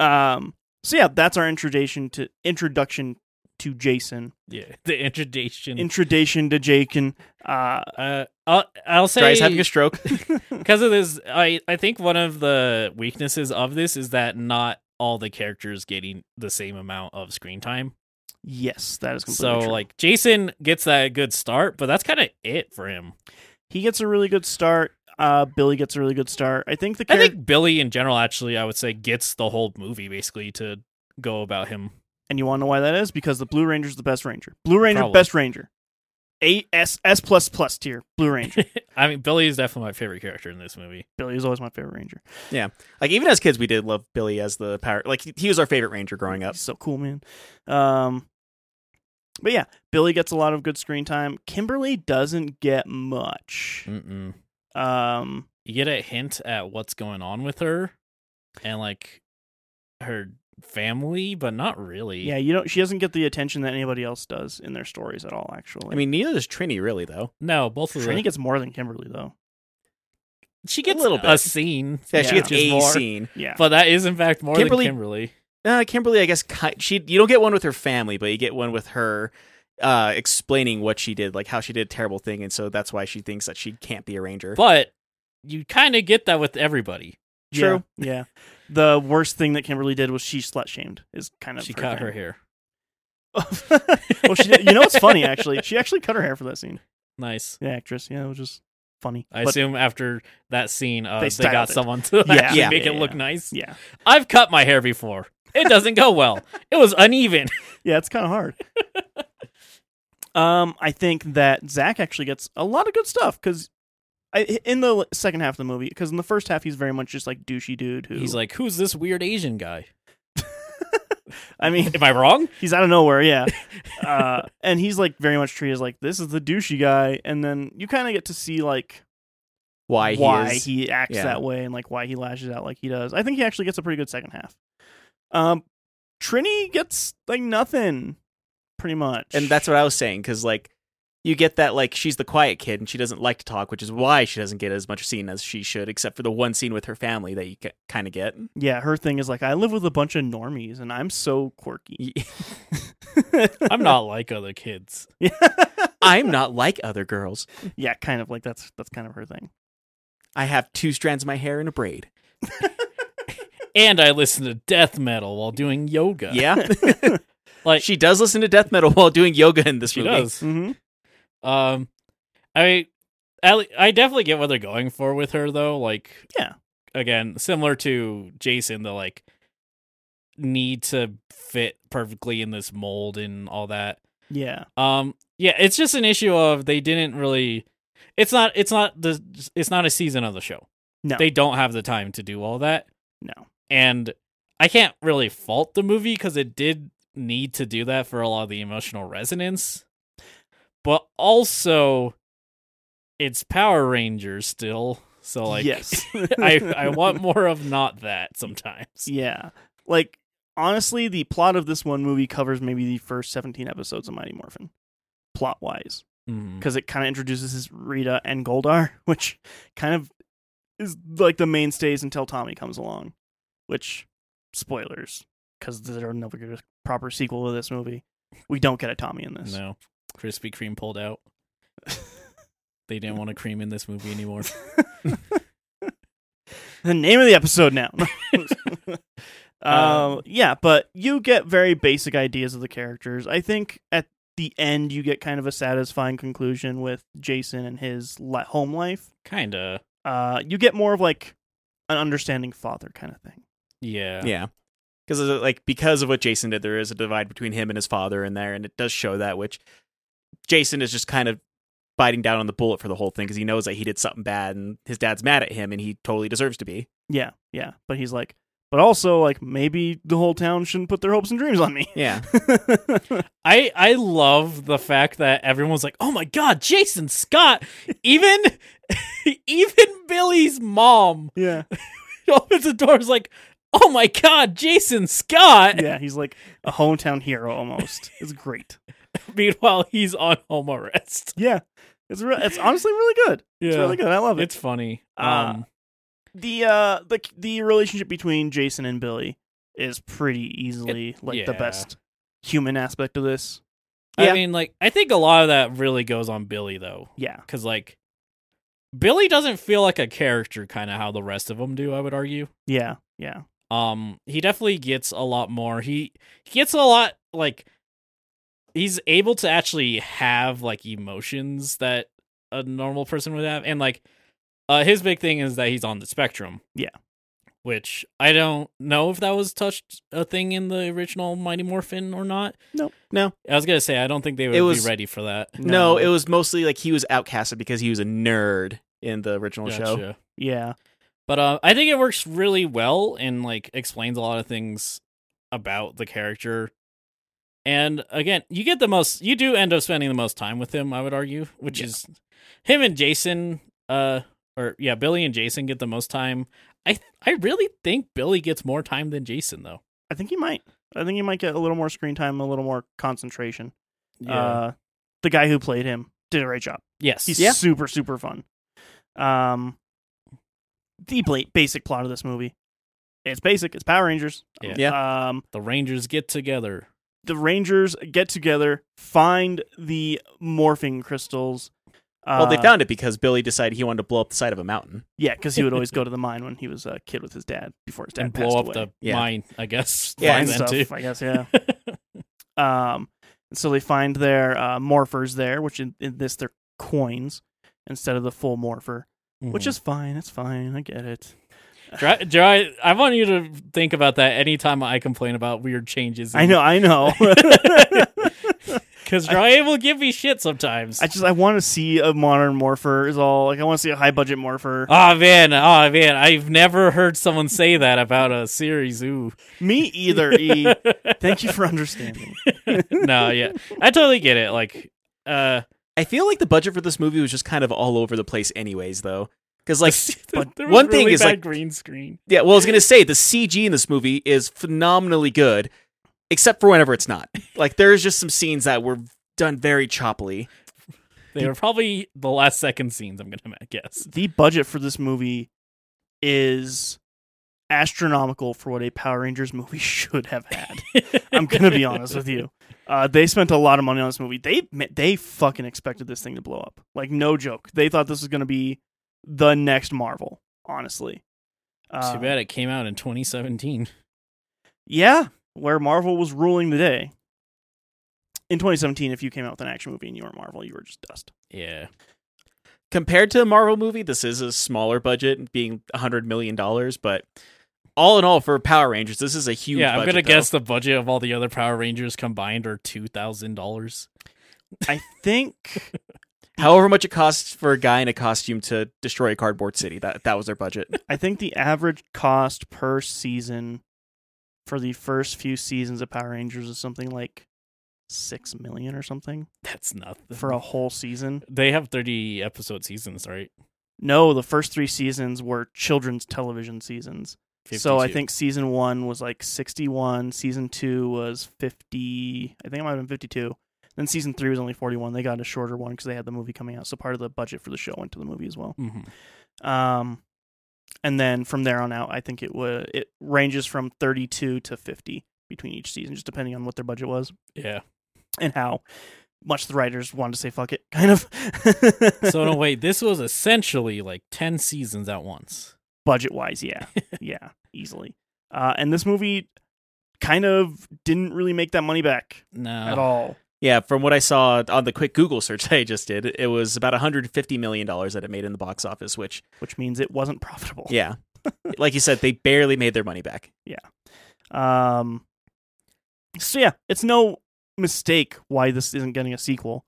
A: Um. So yeah, that's our introduction to introduction to Jason.
C: yeah the introduction
A: Introduction to Jaken. Uh.
C: uh i'll, I'll say
B: Dry's having a stroke.
C: because of this i i think one of the weaknesses of this is that not all the characters getting the same amount of screen time
A: Yes, that is
C: so
A: completely true.
C: like jason gets that good start but that's kind of it for him
A: he gets a really good start. Uh, Billy gets a really good start. I think the
C: i
A: character.
C: think billy in general actually i would say gets the whole movie basically to go about him
A: And you want to know why that is? Because the Blue Ranger's the best Ranger. Blue Ranger,
C: Probably.
A: best Ranger. A S S plus plus tier. Blue Ranger.
C: i mean billy is definitely my favorite character in this movie
A: Billy is always my favorite Ranger.
B: Like even as kids, we did love Billy as the power. Like he- he was our favorite ranger growing up.
A: He's so cool, man. Um, but yeah, Billy gets a lot of good screen time. Kimberly doesn't get much.
C: Mm-mm.
A: Um,
C: you get a hint at what's going on with her and like her family but not really
A: yeah, you don't. She doesn't get the attention that anybody else does in their stories at all. Actually,
B: I mean, neither does Trini really though.
C: no both of them
A: Trini gets more than Kimberly though.
C: She gets a
B: little bit.
C: scene.
B: Yeah, she
A: Yeah.
B: gets
C: which is
B: a
C: more-
B: scene.
A: Yeah,
C: But that is in fact more
B: Kimberly-
C: than Kimberly.
B: Uh, Kimberly, I guess ki- she you don't get one with her family, but you get one with her uh, explaining what she did, like how she did a terrible thing, and so that's why she thinks that she can't be a ranger.
C: But you kind of get that with everybody.
A: Yeah, yeah. The worst thing that Kimberly did was she slut shamed. Is kind of
C: She
A: her
C: cut
A: thing.
C: her hair.
A: well, she did, you know what's funny actually? She actually cut her hair for that scene.
C: Nice.
A: The actress, yeah, it was just funny.
C: I
A: But-
C: assume after that scene, uh,
A: They
C: they,
A: styled
C: got
A: it.
C: someone to
A: Yeah.
C: actually
B: Yeah.
C: make
A: Yeah,
C: it
A: yeah,
C: look
A: yeah.
C: nice.
A: Yeah,
C: I've cut my hair before. It doesn't go well. It was uneven.
A: yeah, it's kind of hard. um, I think that Zach actually gets a lot of good stuff because. I, in the l- second half of the movie, because in the first half he's very much just like douchey dude who
C: He's like, "Who's this weird Asian guy?
A: I mean
C: Am I wrong?"
A: he's out of nowhere yeah uh, and he's like very much treated as like this is the douchey guy and then you kind of get to see like
B: why?
A: why
B: he is.
A: he acts
B: Yeah.
A: that way and like why he lashes out like he does. I think he actually gets a pretty good second half. Um, Trini gets like nothing, pretty much,
B: and that's what I was saying because like you get that like she's the quiet kid and she doesn't like to talk, which is why she doesn't get as much scene as she should, except for the one scene with her family that you kind of get.
A: yeah. Her thing is like I live with a bunch of normies and I'm so quirky.
C: I'm not like other kids.
A: yeah,
B: I'm not like other girls.
A: yeah, kind of like that's that's kind of her thing.
B: I have two strands of my hair and a braid.
C: And I listen to death metal while doing yoga.
B: Yeah,
C: like she,
B: she does listen to death metal while doing yoga in this movie.
C: does.
A: hmm
C: Um, I mean, at le- I definitely get what they're going for with her, though. Like,
A: Yeah.
C: again, similar to Jason, the like need to fit perfectly in this mold and all that.
A: Yeah,
C: Um, yeah, it's just an issue of they didn't really. It's not. It's not the. It's not a season of the show.
A: No.
C: they don't have the time to do all that,
A: no,
C: and I can't really fault the movie because it did need to do that for a lot of the emotional resonance, but also it's Power Rangers still, so like
A: yes,
C: I I want more of not that sometimes.
A: yeah, like honestly, the plot of this one movie covers maybe the first seventeen episodes of Mighty Morphin, plot wise.
C: Mhm.
A: because it kind of introduces his Rita and Goldar, which kind of is like the mainstays until Tommy comes along. Which spoilers, because there are never gonna be a proper sequel to this movie. We don't get a Tommy in this.
C: No, Krispy Kreme pulled out. they didn't want to cream in this movie anymore.
A: the name of the episode now. um,
C: Um,
A: yeah, but you get very basic ideas of the characters. I think at the end you get kind of a satisfying conclusion with Jason and his li home life.
C: Kinda.
A: Uh, you get more of like an understanding father kind of thing.
C: Yeah.
B: Yeah. Because like because of what Jason did, there is a divide between him and his father in there, and it does show that. Which Jason is just kind of biting down on the bullet for the whole thing because he knows that he did something bad, and his dad's mad at him, and he totally deserves to be.
A: Yeah, yeah. But he's like, but also like maybe the whole town shouldn't put their hopes and dreams on me.
B: Yeah,
C: I I love the fact that everyone's like, "Oh my god, Jason Scott!" Even even Billy's mom
A: yeah,
C: opens the door. Is like, "Oh my god, Jason Scott!"
A: yeah. He's like a hometown hero almost. It's great.
C: Meanwhile, he's on home arrest.
A: Yeah, it's re- it's honestly really good.
C: Yeah,
A: It's really good. I love it.
C: It's funny.
A: Uh,
C: um,
A: the uh the the relationship between Jason and Billy is pretty easily like the
C: yeah.
A: best human aspect of this. yeah.
C: I mean, like, I think a lot of that really goes on Billy though,
A: Yeah.
C: because like, Billy doesn't feel like a character, kind of how the rest of them do. I would argue.
A: Yeah. Yeah.
C: um he definitely gets a lot more he, he gets a lot like he's able to actually have like emotions that a normal person would have and like uh his big thing is that he's on the spectrum
A: Yeah.
C: which i don't know if that was touched a thing in the original mighty morphin or not
A: Nope.
B: No.
C: i was gonna say i don't think they would
B: was-
C: be ready for that
B: no. it was mostly like he was outcasted because he was a nerd in the original show.
C: Gotcha.
A: yeah.
C: But uh, I think it works really well and like explains a lot of things about the character. And again, you get the most you do end up spending the most time with him, I would argue, which
A: Yeah.
C: is him and Jason uh or yeah, Billy and Jason get the most time. I I really think Billy gets more time than Jason though.
A: I think he might. I think he might get a little more screen time, a little more concentration. Uh the guy who played him did a great job.
C: yes.
A: He's
B: Yeah.
A: super super fun. Um the bla- basic plot of this movie. It's basic. It's Power Rangers.
C: Yeah.
A: Um
C: The Rangers get together.
A: the Rangers get together, find the morphing crystals. Uh,
B: Well, they found it because Billy decided he wanted to blow up the side of a mountain.
A: Yeah, because he would always go to the mine when he was a kid with his dad before his dad
C: and
A: passed
C: blow up
A: away.
C: the
B: Yeah.
C: mine, I guess.
B: Yeah,
C: by
A: Mine
B: and
C: then,
A: stuff,
C: too.
A: I guess. Yeah. um, so they find their uh, morphers there, which in, in this they're coins instead of the full morpher, which
C: Mhm.
A: is fine. It's fine. I get it.
C: Dry, dry, I want you to think about that anytime I complain about weird changes.
A: I know. I know.
C: because Dry will give me shit sometimes.
A: I just I want to see a modern morpher. Is all like I want to see a high budget morpher.
C: oh man, oh man, I've never heard someone say that about a series. Ooh,
A: Me either. E. Thank you for understanding.
C: no, yeah, I totally get it. Like, uh,
B: I feel like the budget for this movie was just kind of all over the place, anyways, though. Because like,
C: but
B: was one thing really is, bad like-
C: green screen.
B: yeah, well, I was gonna say the CG in this movie is phenomenally good, except for whenever it's not. Like, there's just some scenes that were done very choppily.
C: They were probably the last second scenes. I'm gonna guess.
A: the budget for this movie is astronomical for what a Power Rangers movie should have had. I'm gonna be honest with you. Uh, they spent a lot of money on this movie. They ma- they fucking expected this thing to blow up. Like no joke. They thought this was gonna be the next Marvel. Honestly, uh,
C: Too bad it came out in 2017.
A: Yeah, where Marvel was ruling the day. In 2017, if you came out with an action movie and you were Marvel, you were just dust.
C: Yeah,
B: Compared to a Marvel movie, this is a smaller budget, being hundred million dollars. But all in all, for Power Rangers, this is a huge.
C: yeah. I'm
B: budget,
C: gonna
B: though.
C: guess the budget of all the other Power Rangers combined are two thousand dollars.
A: I think
B: however much it costs for a guy in a costume to destroy a cardboard city. That that was their budget.
A: I think the average cost per season for the first few seasons of Power Rangers is something like six million or something
C: That's nothing
A: for a whole season.
C: They have 30 episode seasons, right?
A: No, the first three seasons were children's television seasons. So I
C: 52.
A: think season one was like sixty-one. Season two was fifty. I think it might have been fifty-two. Then season three was only forty-one. They got a shorter one because they had the movie coming out. So part of the budget for the show went to the movie as well.
C: Mhm.
A: Um, and then from there on out, I think it wa it ranges from 32 to 50 between each season, just depending on what their budget was
C: Yeah.
A: and how much the writers wanted to say fuck it, kind of.
C: So no, wait. This was essentially like 10 seasons at once.
A: budget wise, yeah, yeah, easily. Uh, and this movie kind of didn't really make that money back
C: No.
A: at all.
B: Yeah, from what I saw on the quick Google search I just did, it was about 150 million dollars that it made in the box office, which
A: Which means it wasn't profitable.
B: yeah. like you said, they barely made their money back.
A: Um. So yeah, it's no mistake why this isn't getting a sequel,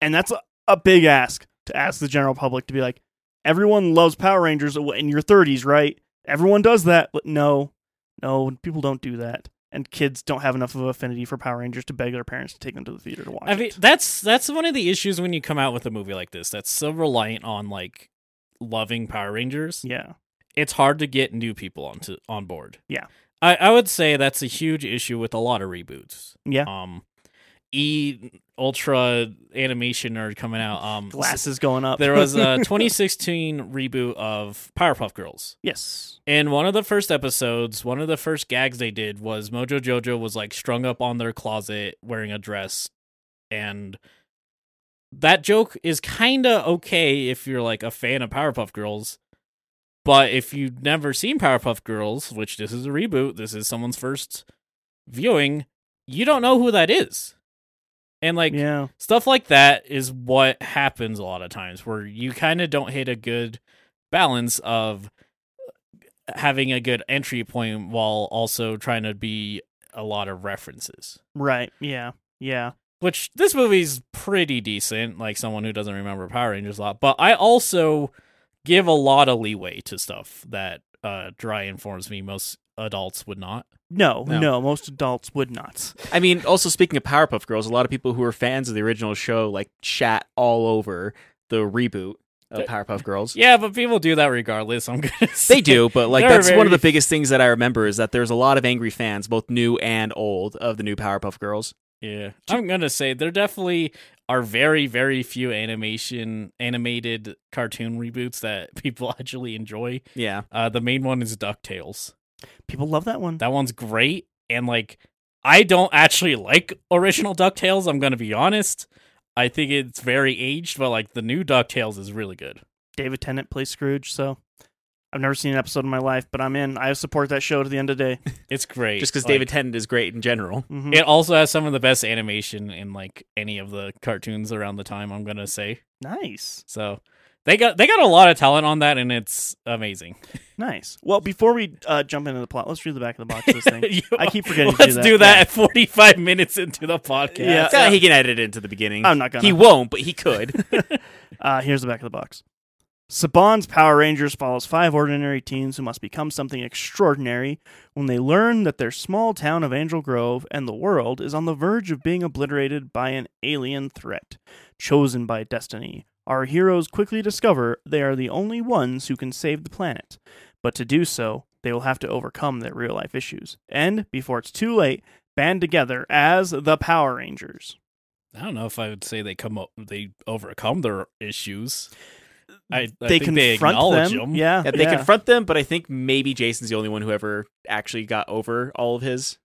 A: and that's a, a big ask to ask the general public to be like, everyone loves Power Rangers in your 30s, right? Everyone does that, but no, no, people don't do that, and kids don't have enough of an affinity for Power Rangers to beg their parents to take them to the theater to watch.
C: I mean,
A: it.
C: that's that's one of the issues when you come out with a movie like this that's so reliant on like loving Power Rangers.
A: yeah,
C: It's hard to get new people onto on board.
A: Yeah.
C: I, I would say that's a huge issue with a lot of reboots.
A: yeah.
C: Um, E Ultra Animation Nerd coming out. Um,
A: Glasses going up.
C: There was a 2016 reboot of Powerpuff Girls.
A: yes,
C: In one of the first episodes, one of the first gags they did was Mojo Jojo was like strung up on their closet wearing a dress. And that joke is kind of okay if you're like a fan of Powerpuff Girls. But if you've never seen Powerpuff Girls, which this is a reboot, this is someone's first viewing, you don't know who that is. And like,
A: yeah,
C: stuff like that is what happens a lot of times where you kind of don't hit a good balance of uh, having a good entry point while also trying to be a lot of references
A: right, yeah, yeah,
C: which this movie's pretty decent like someone who doesn't remember power rangers a lot but i also give a lot of leeway to stuff that uh, dry informs me most adults would not
A: no,
B: No.
A: no, most adults would not.
B: I mean, also speaking of Powerpuff Girls, a lot of people who were fans of the original show like chat all over the reboot of Powerpuff Girls.
C: yeah but people do that regardless i'm gonna
B: They do, but like
C: There are
B: that's one of the
C: very-
B: biggest things that I remember is that there's a lot of angry fans, both new and old, of the new Powerpuff Girls.
C: Yeah, I'm gonna say there definitely are very, very few animation animated cartoon reboots that people actually enjoy.
B: Yeah.
C: Uh, the main one is Ducktales.
A: People love that one.
C: That one's great, and like, I don't actually like original Ducktales. I'm gonna be honest. I think it's very aged, but like the new Ducktales is really good.
A: David Tennant plays Scrooge, so I've never seen an episode in my life, but I'm in. I support that show to the end of the day.
C: It's great.
B: Just because
C: Like,
B: David Tennant is great in general.
A: Mhm.
C: It also has some of the best animation in like any of the cartoons around the time. I'm gonna say
A: Nice,
C: so. They got they got a lot of talent on that, and it's amazing.
A: nice. Well, before we uh, jump into the plot, let's read the back of the box of this thing.
C: You-
A: I keep forgetting to do
C: Let's
A: that.
C: do that at 45 minutes into the podcast.
A: Yeah.
B: Yeah, he can edit it into the beginning.
A: I'm not gonna.
B: He won't, but he could.
A: Uh, here's the back of the box. Saban's Power Rangers follows five ordinary teens who must become something extraordinary when they learn that their small town of Angel Grove and the world is on the verge of being obliterated by an alien threat. Chosen by destiny, our heroes quickly discover they are the only ones who can save the planet. But to do so, they will have to overcome their real life issues and, before it's too late, band together as the Power Rangers.
C: I don't know if I would say they come up, they overcome their issues. I, I
A: they
C: think
A: confront
C: they acknowledge
A: them.
C: them.
A: Yeah,
B: Yeah, they
A: yeah.
B: confront them, but I think maybe Jason's the only one who ever actually got over all of his.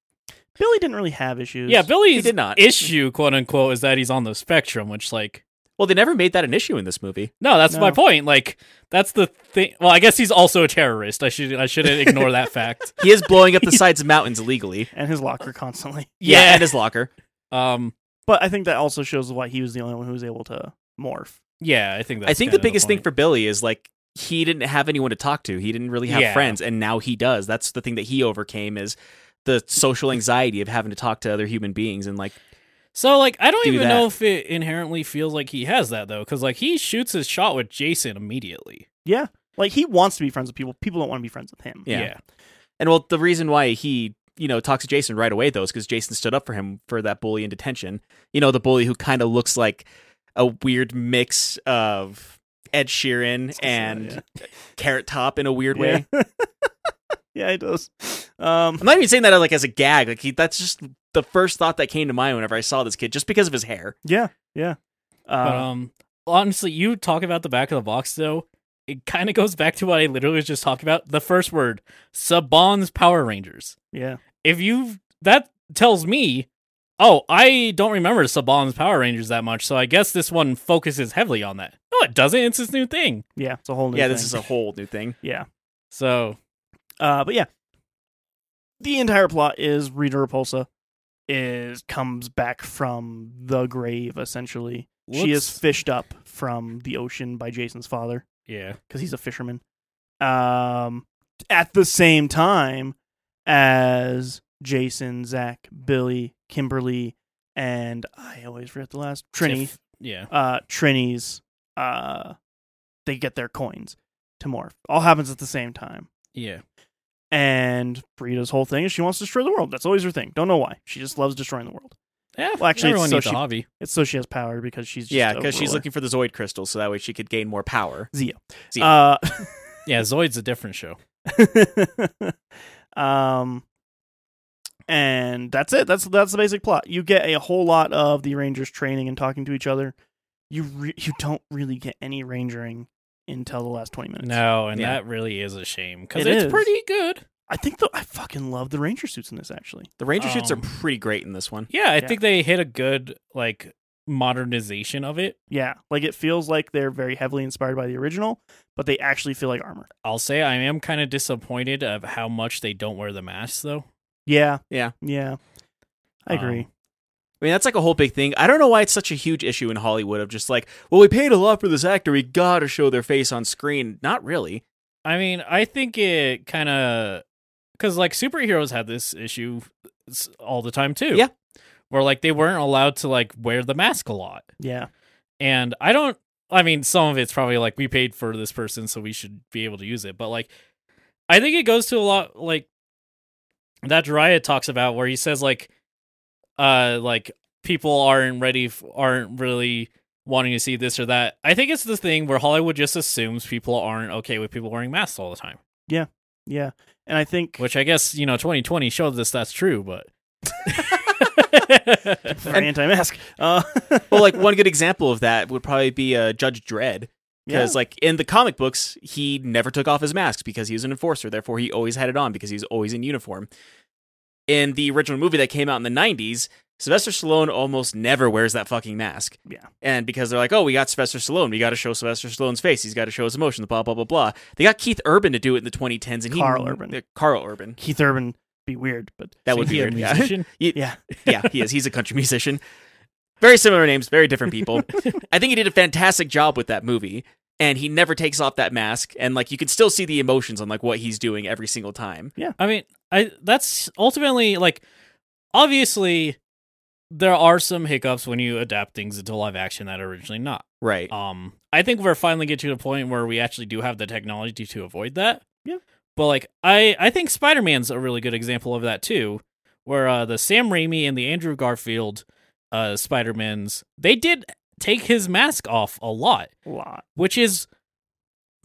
A: Billy didn't really have issues.
C: Yeah,
B: He
C: Billy's
B: did not.
C: issue, quote unquote, is that he's on the spectrum, which, like,
B: Well, they never made that an issue in this movie.
C: no, that's my
A: No.
C: point. Like, that's the thing. Well, I guess he's also a terrorist. I should I shouldn't ignore that fact.
B: He is blowing up the sides of mountains illegally.
A: and his locker constantly.
C: Yeah.
B: and his locker.
C: Um,
A: But I think that also shows why he was the only one who was able to morph.
C: yeah, I think that's
B: I think
C: kinda
B: the biggest thing
C: point.
B: for Billy is like he didn't have anyone to talk to. He didn't really have
C: Yeah.
B: friends, and now he does. That's the thing that he overcame is the social anxiety of having to talk to other human beings and like
C: So like I don't
B: do
C: even
B: that.
C: know if it inherently feels like he has that though, because like he shoots his shot with Jason immediately.
A: Yeah. Like he wants to be friends with people. People don't want to be friends with him.
B: Yeah. and well the reason why he you know talks to Jason right away though is because Jason stood up for him for that bully in detention. You know the bully who kind of looks like a weird mix of Ed Sheeran and Carrot Top in a weird way.
A: Yeah. yeah, he does. Um
B: I'm not even saying that like as a gag. Like he, that's just the first thought that came to mind whenever I saw this kid, just because of his hair.
A: yeah, yeah. Uh,
C: But um, honestly, you talk about the back of the box though. It kind of goes back to what I literally was just talking about. The first word, Saban's Power Rangers.
A: yeah.
C: If you that tells me, oh, I don't remember Saban's Power Rangers that much, so I guess this one focuses heavily on that. No, it doesn't. It's this new thing.
A: Yeah. It's a whole new
B: yeah, this
A: thing.
B: is a whole new thing.
A: Yeah.
C: So
A: Uh, but yeah, the entire plot is Rita Repulsa is comes back from the grave essentially. She is
C: looks-
A: fished up from the ocean by Jason's father
C: yeah,
A: because he's a fisherman. Um, at the same time as Jason, Zach, Billy, Kimberly, and I always forget the last Trini.
C: Tiff- yeah,
A: uh, Trini's, uh, they get their coins to morph. All happens at the same time.
C: yeah.
A: And Rita's whole thing is she wants to destroy the world. That's always her thing. Don't know why. She just loves destroying the world.
C: Yeah,
A: Well, actually,
C: everyone
A: so
C: needs
A: she-
C: a hobby.
A: It's so she has power because she's just
B: yeah,
A: a
B: because she's
A: ruler.
B: looking for the Zoid crystal, so that way she could gain more power.
A: Zia.
B: Zia.
C: Yeah, Zoid's a different show.
A: Uh, um, and that's it. That's that's the basic plot. You get a whole lot of the Rangers training and talking to each other. You re- you don't really get any rangering until the last twenty minutes.
C: No, and
B: Yeah.
C: that really is a shame because
A: It
C: it's
A: is.
C: pretty good.
A: I think the, I fucking love the ranger suits in this actually.
B: The Ranger suits are
C: Um,
B: pretty great in this one.
C: Yeah, I
A: Yeah.
C: think they hit a good like modernization of it.
A: Yeah, like it feels like they're very heavily inspired by the original, but they actually feel like armor.
C: I'll say I am kind of disappointed of how much they don't wear the masks though.
A: Yeah,
B: Yeah.
A: yeah. I
C: Um,
A: agree.
B: I mean, that's like a whole big thing. I don't know why it's such a huge issue in Hollywood of just like, well, we paid a lot for this actor. We got to show their face on screen. Not really.
C: I mean, I think it kind of because like superheroes had this issue s- all the time too.
B: Yeah.
C: where like they weren't allowed to like wear the mask a lot,
A: yeah,
C: and I don't. I mean, some of it's probably like we paid for this person, so we should be able to use it. But like, I think it goes to a lot like that. Jiraiya talks about where he says like, uh, like people aren't ready, f- aren't really wanting to see this or that. I think it's the thing where Hollywood just assumes people aren't okay with people wearing masks all the time.
A: yeah. And I think
C: Which I guess, you know, 2020 showed us that's true, but.
A: for anti-mask. Uh,
B: Well, like one good example of that would probably be uh, Judge Dredd.
A: yeah.
B: Because, like, in the comic books, he never took off his mask because he was an enforcer. Therefore, he always had it on because he was always in uniform. In the original movie that came out in the 90s, Sylvester Stallone almost never wears that fucking mask.
A: Yeah.
B: And because they're like, oh, we got Sylvester Stallone. We got to show Sylvester Stallone's face. He's got to show his emotions, blah, blah, blah, blah. They got Keith Urban to do it in the 2010s. and he,
A: Carl Urban.
B: uh, Carl Urban.
A: Keith Urban be weird, but
B: That would be
C: He a
B: weird. Yeah.
C: musician?
A: yeah,
B: yeah, he is. He's a country musician. Very similar names, very different people. I think he did a fantastic job with that movie, and he never takes off that mask, and like you can still see the emotions on like what he's doing every single time.
C: I mean, I that's ultimately like obviously there are some hiccups when you adapt things into live action that are originally not.
B: Right.
C: Um I think we're finally getting to the point where we actually do have the technology to avoid that.
A: Yeah.
C: But like I I think Spider-Man's a really good example of that too, where uh the Sam Raimi and the Andrew Garfield uh Spider-Mans, they did take his mask off a lot.
A: a lot.
C: which is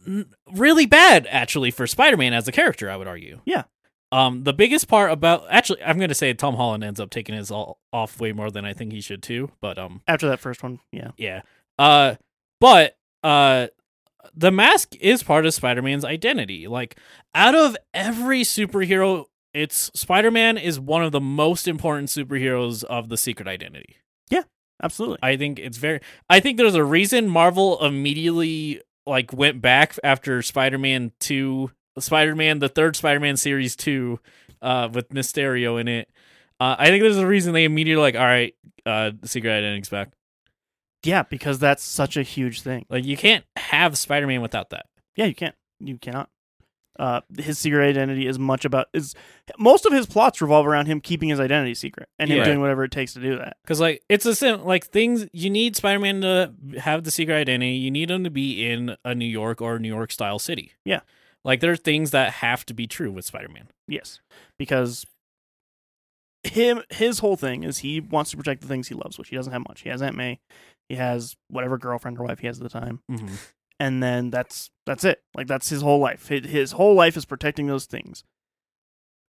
C: n- really bad actually for Spider-Man as a character, I would argue.
A: Yeah.
C: Um, the biggest part about actually, I'm going to say Tom Holland ends up taking his all off way more than I think he should too. But um,
A: After that first one, yeah,
C: yeah. Uh, but uh, the mask is part of Spider-Man's identity. Like, out of every superhero, it's Spider-Man is one of the most important superheroes of the secret identity.
A: absolutely.
C: I think it's very. I think there's a reason Marvel immediately like went back after Spider-Man two, Spider-Man the third Spider-Man series two, uh, with Mysterio in it. Uh, I think there's a reason they immediately like, all right, uh, Secret Identity's back.
A: yeah, because that's such a huge thing.
C: Like you can't have Spider-Man without that.
A: Yeah, you can't. You cannot. Uh, his secret identity is much about is most of his plots revolve around him keeping his identity secret and him
C: Yeah.
A: doing whatever it takes to do that.
C: Because like it's a sim- like things you need Spider-Man to have the secret identity. You need him to be in a New York or New York style city.
A: Yeah.
C: Like there are things that have to be true with Spider-Man.
A: Yes, because him his whole thing is he wants to protect the things he loves, which he doesn't have much. He has Aunt May, he has whatever girlfriend or wife he has at the time,
C: Mm-hmm.
A: and then that's that's it. Like that's his whole life. Hi- His whole life is protecting those things.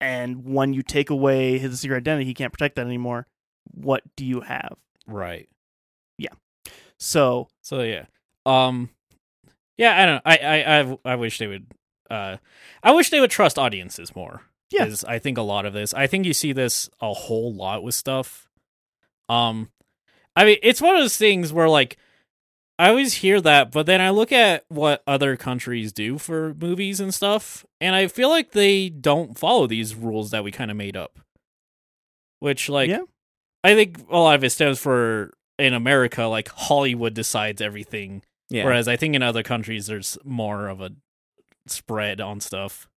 A: And when you take away his secret identity, he can't protect that anymore. What do you have?
C: Right.
A: So
C: So yeah. Um yeah, I don't know. I I I, I wish they would uh I wish they would trust audiences more.
A: Yeah.
C: Is I think a lot of this. I think you see this a whole lot with stuff. Um I mean, it's one of those things where like I always hear that, but then I look at what other countries do for movies and stuff, and I feel like they don't follow these rules that we kind of made up. Which, like,
A: Yeah.
C: I think a lot of it stems for in America, like Hollywood decides everything,
B: Yeah.
C: whereas I think in other countries there's more of a spread on stuff.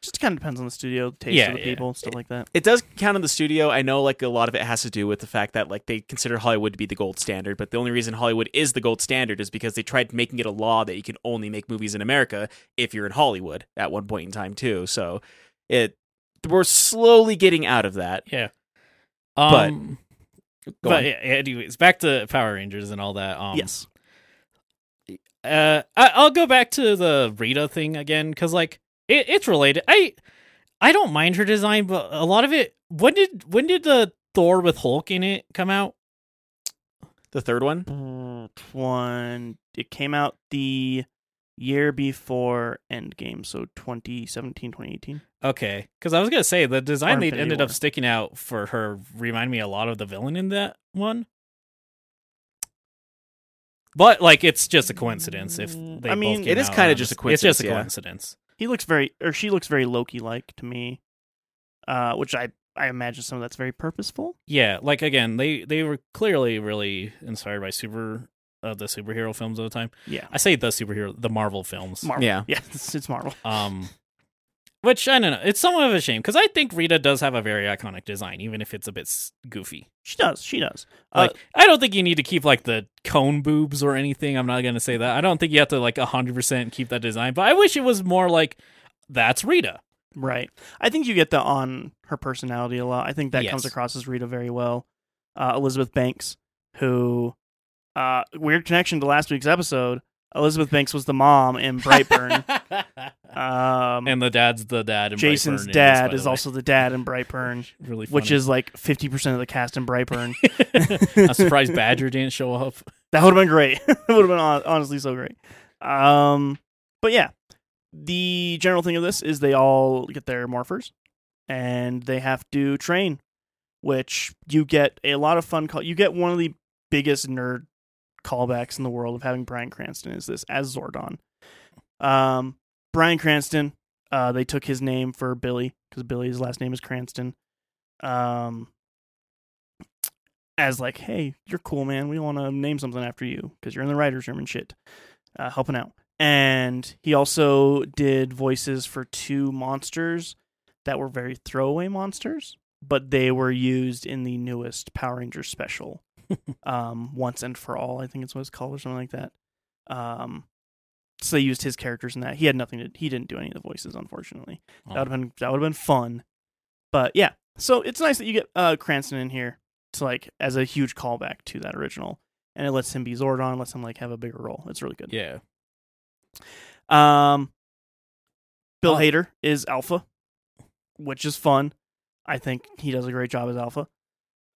A: Just kind of depends on the studio, taste
C: Yeah,
A: of the
C: yeah.
A: people, stuff like that.
B: It does count in the studio. I know like a lot of it has to do with the fact that like they consider Hollywood to be the gold standard, but the only reason Hollywood is the gold standard is because they tried making it a law that you can only make movies in America if you're in Hollywood at one point in time too. So it we're slowly getting out of that.
C: Yeah.
B: But-
C: Um,
B: Go
C: but
B: on.
C: yeah, anyways, back to Power Rangers and all that. Um,
A: yes.
C: uh, I, I'll go back to the Rita thing again because like it, it's related. I I don't mind her design, but a lot of it. When did when did the Thor with Hulk in it come out?
B: The third one?
A: One. It came out the year before Endgame, so 2017, 2018.
C: Okay, because I was gonna say the design
A: Or
C: they
A: Infinity
C: ended up
A: War.
C: sticking out for her reminded me a lot of the villain in that one. But like, it's just a coincidence if
A: Mm,
C: they.
A: I mean,
C: both
A: it
C: came
B: is
C: out
B: kinda
C: on
B: just
C: this-
B: a
C: It's just a
B: coincidence,
C: coincidence.
A: He looks very, or she looks very Loki like to me, uh, which I, I imagine some of that's very purposeful.
C: yeah like again they they were clearly really inspired by super uh, the superhero films of the time
A: Yeah.
C: i say the superhero the marvel films
A: Marvel.
B: Yeah.
A: Yeah, it's, it's Marvel.
C: um which i don't know it's somewhat of a shame because i think rita does have a very iconic design even if it's a bit s- goofy
A: She does. She does. Uh,
C: like i don't think you need to keep like the cone boobs or anything i'm not gonna say that i don't think you have to like 100% keep that design but i wish it was more like that's rita
A: Right. I think you get that on her personality a lot. I think that comes
C: Yes.
A: across as Rita very well. Uh, Elizabeth Banks, who, uh, weird connection to last week's episode. Elizabeth Banks was the mom in Brightburn. um,
C: and the dad's the dad in
A: Jason's
C: Brightburn in this, by
A: dad
C: the
A: is
C: way.
A: also the dad in Brightburn,
C: really funny.
A: which is like 50% of the cast in Brightburn.
C: I'm surprised Badger didn't show up.
A: That would have been great. it would have been hon- honestly so great. Um, but yeah, the general thing of this is they all get their morphers, and they have to train, which you get a lot of fun. Call you get one of the biggest nerd callbacks in the world of having Brian Cranston is this as Zordon. Um, Brian Cranston. Uh, they took his name for Billy because Billy's last name is Cranston. Um, as like, hey, you're cool, man. We want to name something after you because you're in the writers' room and shit, uh, helping out. And he also did voices for two monsters that were very throwaway monsters, but they were used in the newest Power Rangers special, um, Once and for All. I think it's what it's called or something like that. Um, so they used his characters in that. He had nothing to. He didn't do any of the voices, unfortunately. That would have been that would have been fun. But yeah, so it's nice that you get uh, Cranston in here to like as a huge callback to that original, and it lets him be Zordon, lets him like have a bigger role. It's really good.
C: yeah.
A: Um, Bill
C: Oh.
A: Hader is Alpha, which is fun. I think he does a great job as Alpha.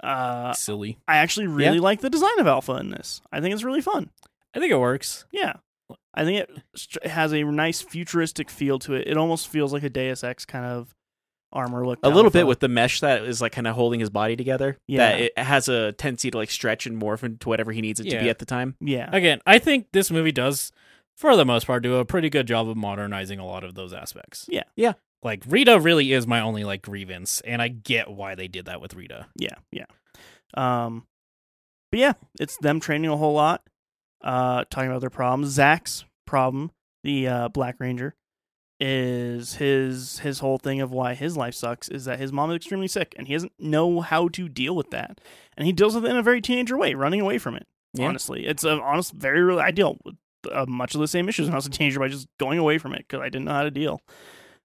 A: Uh,
C: Silly.
A: I actually really like the design of Alpha in this. I think it's really fun.
C: I think it works.
A: Yeah. I think it st- has a nice futuristic feel to it. It almost feels like a Deus Ex kind of armor look.
B: A little bit
A: Alpha.
B: with the mesh that is like kind of holding his body together.
A: Yeah.
B: That it has a tendency to like stretch and morph into whatever he needs it to
C: Yeah.
B: be at the time.
A: yeah.
C: Again, I think this movie does, for the most part, do a pretty good job of modernizing a lot of those aspects.
A: Yeah.
B: Yeah.
C: Like Rita really is my only like grievance, and I get why they did that with Rita.
A: Yeah, yeah. Um, but yeah, it's them training a whole lot, uh, talking about their problems. Zach's problem, the uh, Black Ranger, is his his whole thing of why his life sucks is that his mom is extremely sick and he doesn't know how to deal with that, and he deals with it in a very teenager way, running away from it.
B: Yeah.
A: Honestly, it's a honest, very real. I deal with uh, much of the same issues when I was a teenager by just going away from it because I didn't know how to deal.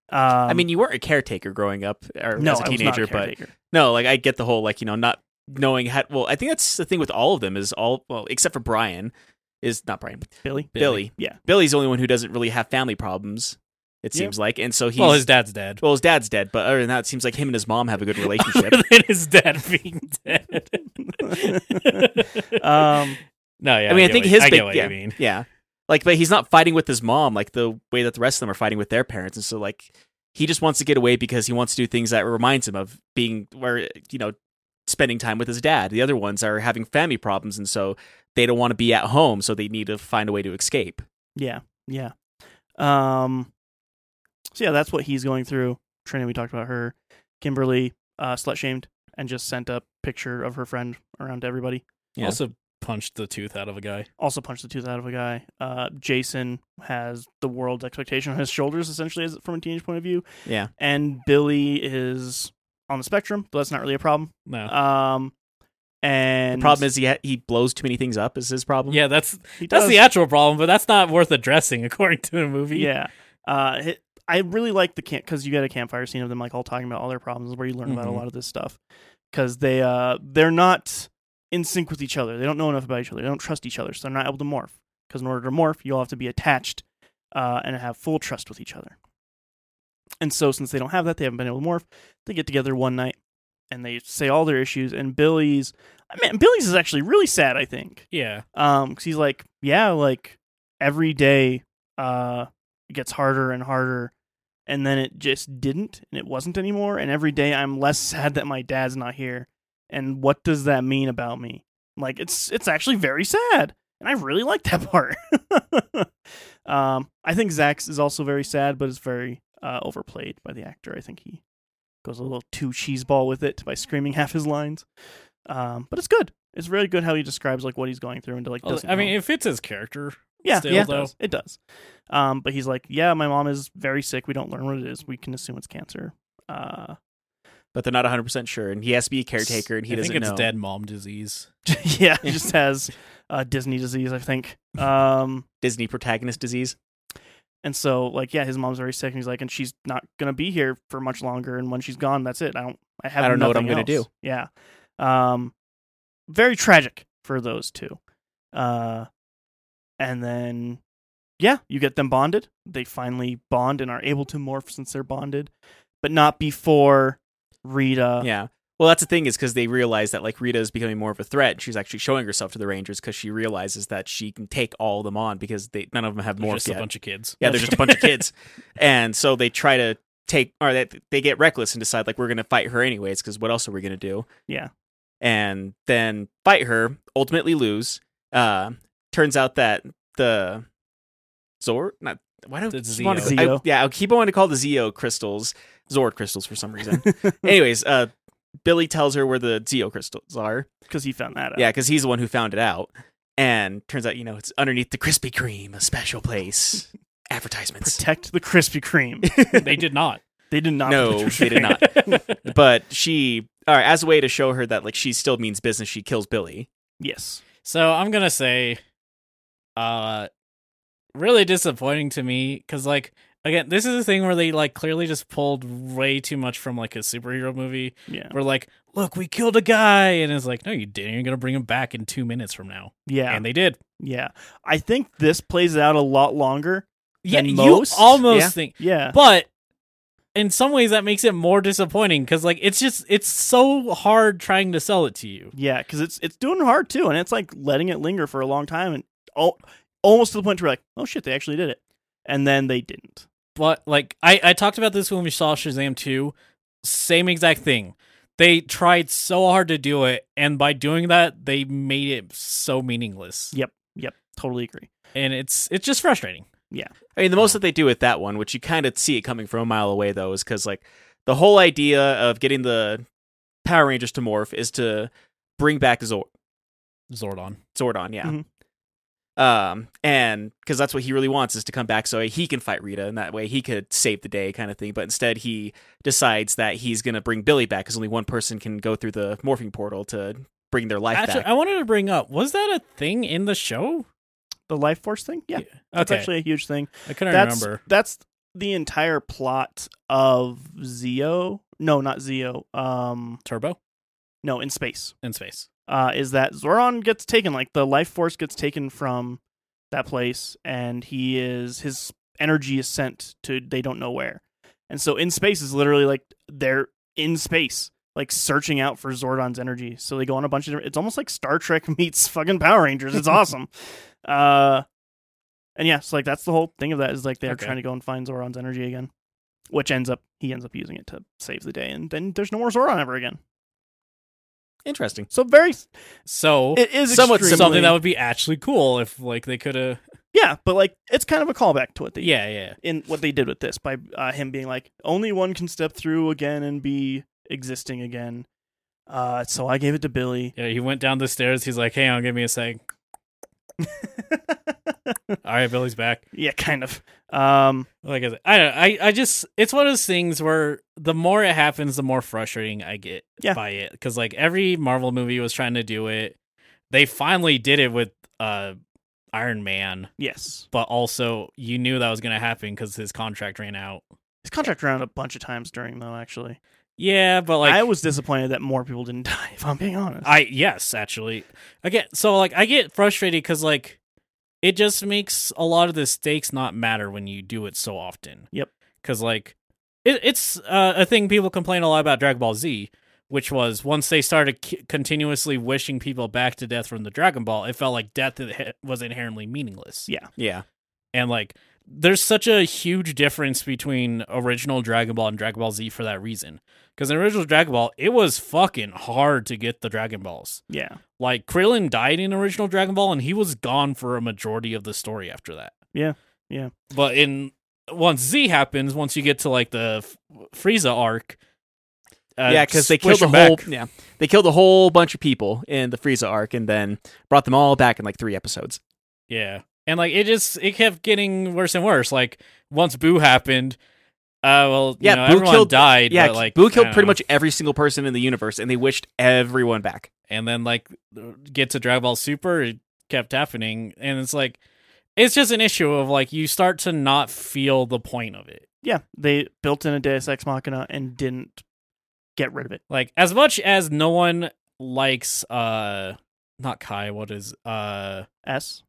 A: Um,
B: I mean, you weren't a caretaker growing up or
A: no,
B: as a
A: I was
B: teenager,
A: not a
B: but
A: caretaker.
B: No, like I get the whole like you know not knowing how. Well, I think that's the thing with all of them is all well except for Brian is not Brian but
A: Billy,
B: Billy.
A: yeah.
B: Billy's the only one who doesn't really have family problems. It
A: Yeah.
B: seems like, and so he's
C: well, his dad's dead.
B: well, his dad's dead, but other than that, it seems like him and his mom have a good relationship.
C: Other than his dad being dead.
A: Um,
C: no, yeah.
B: I mean, I
C: get
B: think
C: what-
B: his
C: I
B: big-
C: get what
B: yeah.
C: you mean.
B: yeah, like but he's not fighting with his mom like the way that the rest of them are fighting with their parents, and so like he just wants to get away because he wants to do things that reminds him of being where you know spending time with his dad. The other ones are having family problems, and so they don't want to be at home, so they need to find a way to escape.
A: Yeah, yeah. Um, so yeah, that's what he's going through. Trina, we talked about her. Kimberly uh, slut shamed and just sent a picture of her friend around to everybody.
B: Yeah.
C: Also punched the tooth out of a guy.
A: Also punched the tooth out of a guy. Uh, Jason has the world's expectation on his shoulders, essentially, as from a teenage point of view.
B: Yeah.
A: And Billy is on the spectrum, but that's not really a problem.
C: No.
B: Uh,
A: Um, and
B: The problem is he ha- he blows too many things up. Is his problem?
C: yeah, that's
A: he
C: that's
A: does-
C: the actual problem, but that's not worth addressing according to the movie.
A: Yeah. Uh, it, I really like the camp because you get a campfire scene of them like all talking about all their problems, where you learn about a
C: Mhm.
A: lot of this stuff. Because they uh they're not in sync with each other. They don't know enough about each other. They don't trust each other, so they're not able to morph. Because in order to morph, you'll have to be attached uh, and have full trust with each other. And so, since they don't have that, they haven't been able to morph. They get together one night and they say all their issues. And Billy's, man, Billy's is actually really sad. I think
C: Yeah.
A: um cuz he's like yeah like every day uh it gets harder and harder and then it just didn't and it wasn't anymore and every day I'm less sad that my dad's not here and what does that mean about me like it's it's actually very sad and I really like that part um I think Zach's is also very sad but it's very uh overplayed by the actor I think he goes a little too cheeseball with it by screaming half his lines um but it's good it's really good how he describes like what he's going through and like
C: Well,
A: doesn't
C: I mean,
A: know.
C: it fits his character.
A: Yeah,
C: still,
A: yeah, it
C: though.
A: does. It does. Um, but he's like, yeah, my mom is very sick. We don't learn what it is. We can assume it's cancer. Uh,
B: But they're not 100 percent sure, and he has to be a caretaker, and he
C: I
B: doesn't
C: think it's
B: know.
C: dead mom disease.
A: yeah, he just has uh, Disney disease, I think. Um,
B: Disney protagonist disease.
A: and so, like, yeah, his mom's very sick, and he's like, and she's not gonna be here for much longer. And when she's gone, that's it. I don't. I have.
B: I don't know what I'm
A: nothing
B: gonna
A: else. Yeah. Um, very tragic for those two. Uh, and then, yeah, you get them bonded. They finally bond and are able to morph since they're bonded, but not before
C: Uh,
A: Rita.
B: yeah. Well, that's the thing is because they realize that like Rita is becoming more of a threat. and She's actually showing herself to the Rangers because she realizes that she can take all of them on because they none of them have
C: They're
B: more
C: just
B: yet.
C: a bunch of kids.
B: Yeah, they're just a bunch of kids, and so they try to take or they, they get reckless and decide like we're gonna fight her anyways because what else are we gonna do?
A: Yeah.
B: and then fight her. Ultimately lose. Uh, turns out that the Zord not why don't
C: The
B: you want to
A: Zeo.
B: I, yeah I keep wanting to call the Zeo crystals Zord crystals for some reason. Anyways, uh, Billy tells her where the Zeo crystals are.
A: because he found that out.
B: Yeah, because he's the one who found it out. And turns out, you know, it's underneath the Krispy Kreme, a special place. Advertisements.
A: protect the Krispy Kreme.
C: they did not.
A: They did not.
B: No,
A: protect the
B: they did
A: Krispy
B: not. But she, all right, as a way to show her that, like, she still means business, she kills Billy.
A: Yes.
C: So I'm gonna say, uh, really disappointing to me because like again, this is a thing where they like clearly just pulled way too much from like a superhero movie.
A: Yeah.
C: Where like, look, we killed a guy, and it's like, no, you didn't. You're gonna bring him back in two minutes from now,
A: Yeah.
C: and they did.
A: Yeah. I think this plays out a lot longer.
C: Yeah,
A: Than
C: you
A: most?
C: almost
B: Yeah.
C: think,
A: Yeah.
C: but. In some ways, that makes it more disappointing because, like, it's just it's so hard trying to sell it to you.
A: Yeah, cuz it's it's doing hard too and it's like letting it linger for a long time and all, almost to the point where like, oh shit, they actually did it. And then they didn't.
C: but like I, I talked about this when we saw Shazam 2, same exact thing. They tried so hard to do it, and by doing that, they made it so meaningless.
A: Yep. Yep. Totally agree.
C: And it's it's just frustrating.
B: I mean, the most that they do with that one, which you kind of see it coming from a mile away, though, is because, like, the whole idea of getting the Power Rangers to morph is to bring back Zord.
C: Zordon.
B: Zordon, yeah.
A: Mhm.
C: Mm-hmm.
B: Um, and because that's what he really wants is to come back so he can fight Rita, and that way he could save the day, kind of thing. But instead, he decides that he's gonna bring Billy back because only one person can go through the morphing portal to bring their life
C: Actually,
B: back.
C: I wanted to bring up, was that a thing in the show?
A: The life force thing? Yeah. That's
C: Okay.
A: actually a huge thing.
C: I couldn't
A: that's
C: remember.
A: that's the entire plot of Zeo. No, not Zeo. Um
C: Turbo
A: no, in space.
C: in space.
A: uh, is that Zoran gets taken, like the life force gets taken from that place, and he is his energy is sent to they don't know where, and so in space is literally like they're in space, like searching out for Zordon's energy. So they go on a bunch of different. It's almost like Star Trek meets fucking Power Rangers. It's awesome. Uh, and yeah, so like that's the whole thing of that is like they're
C: Okay.
A: trying to go and find Zoran's energy again, which ends up he ends up using it to save the day, and then there's no more Zoran ever again.
B: Interesting.
A: So very,
C: So
A: it is
B: Somewhat
A: extremely-
C: something that would be actually cool if like they could have.
A: yeah, but like it's kind of a callback to what they
C: Yeah, yeah.
A: in what they did with this by uh, him being like only one can step through again and be existing again. Uh, so I gave it to Billy.
C: Yeah, he went down the stairs. He's like, "Hang on, give me a sec." All right, Billy's back.
A: Yeah, kind of. Um,
C: Like I, said, I don't. I I just it's one of those things where the more it happens, the more frustrating I get
A: Yeah.
C: by it. Because like every Marvel movie was trying to do it, they finally did it with uh Iron Man,
A: yes,
C: but also you knew that was gonna happen because his contract ran out.
A: his contract ran out a bunch of times during though. Actually,
C: Yeah, but like
A: I was disappointed that more people didn't die. If I'm being honest,
C: I yes, actually. Again, so like I get frustrated because like it just makes a lot of the stakes not matter when you do it so often.
A: Yep.
C: Because like it, it's uh, a thing people complain a lot about Dragon Ball Z, which was once they started c- continuously wishing people back to death from the Dragon Ball, it felt like death i- was inherently meaningless.
A: Yeah.
B: Yeah.
C: And like there's such a huge difference between original Dragon Ball and Dragon Ball Z for that reason. Because in original Dragon Ball, it was fucking hard to get the Dragon Balls.
A: yeah,
C: Like Krillin died in original Dragon Ball, and he was gone for a majority of the story after that.
A: Yeah, yeah.
C: But in once Z happens, once you get to like the F- Frieza arc, uh,
B: yeah, because they
C: squish
B: killed a
C: him
B: whole
C: back.
B: yeah they killed a whole bunch of people in the Frieza arc and then brought them all back in like three episodes.
C: Yeah, and like it just it kept getting worse and worse. Like once Boo happened, uh, well, you
B: Yeah,
C: know,
B: Boo
C: everyone
B: killed-
C: died.
B: yeah,
C: but, like
B: Boo
C: I
B: killed
C: don't
B: pretty
C: know.
B: much every single person in the universe and they wished everyone back.
C: and then like get to Dragon Ball Super, it kept happening, and it's like it's just an issue of like you start to not feel the point of it.
A: yeah. They built in a Deus Ex Machina and didn't get rid of it.
C: Like as much as no one likes uh not Kai, what is uh
A: S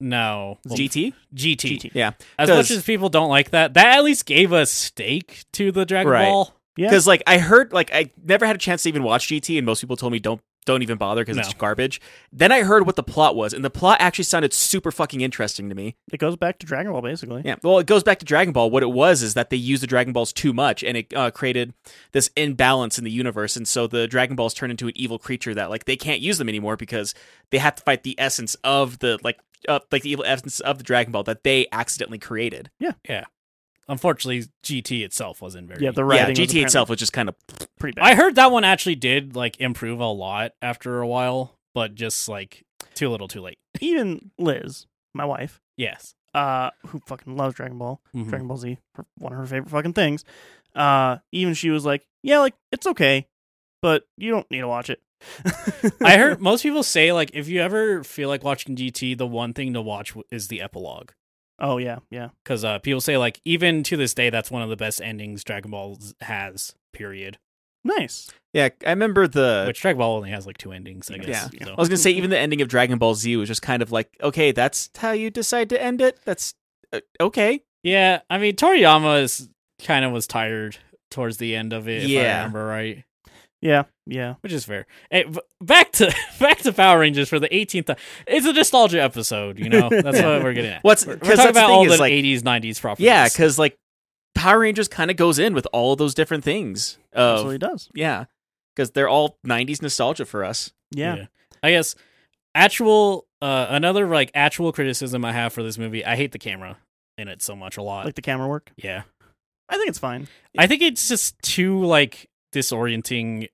C: no well,
B: GT.
C: GT.
A: GT.
B: Yeah,
C: As much as people don't like that, that at least gave a stake to the Dragon
B: Right.
C: Ball.
A: Yeah.
B: because like I heard like I never had a chance to even watch GT and most people told me don't don't even bother because it's
C: No.
B: garbage. Then I heard what the plot was and the plot actually sounded super fucking interesting to me.
A: It goes back to Dragon Ball basically.
B: Yeah, well, it goes back to Dragon Ball. What it was is that they used the Dragon Balls too much, and it uh, created this imbalance in the universe. And so the Dragon Balls turn into an evil creature that, like, they can't use them anymore because they have to fight the essence of the like, uh, like the evil essence of the Dragon Ball that they accidentally created.
C: Unfortunately, GT itself wasn't very
A: yeah. The
B: Yeah,
A: writing was
B: GT
A: apparently
B: itself was just kind of
A: pretty bad.
C: I heard that one actually did like improve a lot after a while, but just like too little too late.
A: Even Liz, my wife,
C: Yes.
A: uh, who fucking loves Dragon Ball,
C: Mhm.
A: Dragon Ball Z, her- one of her favorite fucking things. Uh, even she was like, "Yeah, like it's okay, but you don't need to watch it."
C: I heard most people say like if you ever feel like watching GT, the one thing to watch w- is the epilogue
A: Oh yeah, yeah,
C: because uh, people say like even to this day that's one of the best endings Dragon Ball z- has. Period.
A: nice.
B: yeah. I remember the
C: Which Dragon Ball only has like two endings, I guess.
A: yeah.
C: So.
B: I was gonna say even the ending of Dragon Ball Z was just kind of like, okay, that's how you decide to end it. That's uh, okay.
C: Yeah, I mean Toriyama is kind of was tired towards the end of it. if I
B: Yeah.
C: remember right.
A: Yeah, yeah.
C: Which is fair. Eh, b- back to back to Power Rangers for the 18th. ti- It's a nostalgia episode, you know. That's what we're getting at.
B: What's
C: We're
B: because
C: talking about all the
B: is, like,
C: 80s, 90s properties.
B: Yeah, because like Power Rangers kind of goes in with all those different things. Of,
A: Absolutely does.
B: yeah, because they're all '90s nostalgia for us.
A: Yeah.
C: I guess actual uh another like actual criticism I have for this movie, I hate the camera in it so much a lot.
A: like the camera work.
C: yeah.
A: I think it's fine.
C: I think it's just too like disorienting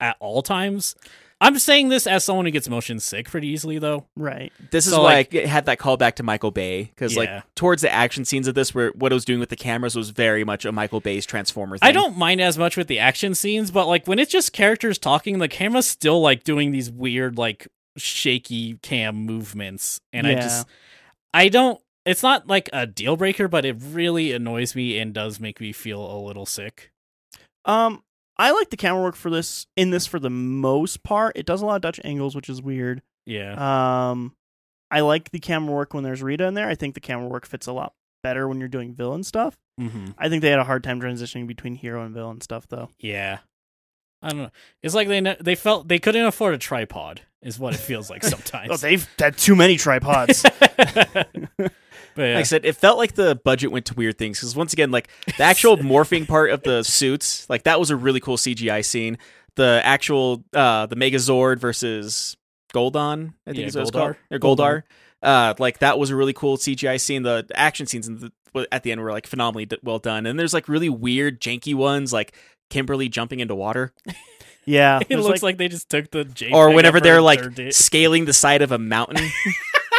C: at all times. I'm saying this as someone who gets motion sick pretty easily though.
A: Right.
B: This is
C: So,
B: why
C: like-
B: I had that call back to Michael Bay because
C: Yeah.
B: like towards the action scenes of this, where what it was doing with the cameras was very much a Michael Bay's Transformer. Thing.
C: I don't mind as much with the action scenes, but like when it's just characters talking, the camera's still like doing these weird like shaky cam movements and I
A: Yeah.
C: just I don't it's not like a deal breaker, but it really annoys me and does make me feel a little sick.
A: Um, I like the camera work for this. In this, for the most part, it does a lot of Dutch angles, which is weird.
C: Yeah.
A: Um, I like the camera work when there's Rita in there. I think the camera work fits a lot better when you're doing villain stuff.
C: Mm-hmm.
A: I think they had a hard time transitioning between hero and villain stuff, though.
C: Yeah. I don't know. It's like they ne- they felt they couldn't afford a tripod is what it feels like sometimes.
A: Oh, they've had too many tripods.
C: but yeah.
B: Like I said, it felt like the budget went to weird things because once again, like the actual morphing part of the suits, like that was a really cool CGI scene. the actual uh the Megazord versus Goldon, I think
C: Yeah,
B: is what it's
C: Goldar.
B: called. Or Goldar. Uh like that was a really cool CGI scene. The action scenes in the, at the end were like phenomenally d- well done. And there's like really weird janky ones like Kimberly jumping into water
A: Yeah,
C: It
A: there's,
C: looks like, they just took the JPEG
B: or whenever
C: of her
B: they're
C: and
B: like
C: turned it-
B: scaling the side of a mountain.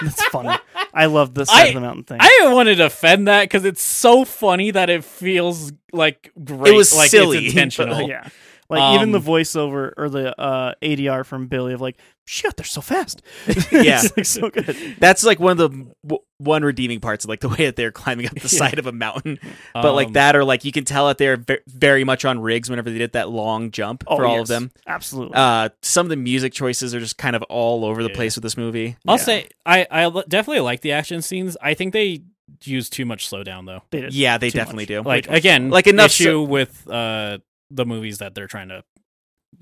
A: that's funny. I love the side of the mountain thing.
C: I want to defend that because it's so funny that it feels like great.
B: It was
C: like
B: silly, but, uh,
C: it's intentional.
B: like,
A: yeah, like even the
B: Um,
A: voiceover or the uh, ADR from Billy of like, she got there so fast.
B: Yeah.
A: it's like so good.
B: That's like one of the w- one redeeming parts of like the way that they're climbing up the side of a mountain. But like
C: Um,
B: that, or like you can tell that they're ve- very much on rigs whenever they did that long jump
A: Oh,
B: for all
A: yes.
B: of them.
A: absolutely.
B: Uh, some of the music choices are just kind of all over the place with this movie.
C: I'll
A: yeah.
C: say I I li- definitely like the action scenes. I think they use too much slowdown though.
A: They did.
B: yeah, they
A: too
B: definitely
A: much.
B: do.
C: Like again,
B: Like, enough
C: issue with uh the movies that they're trying to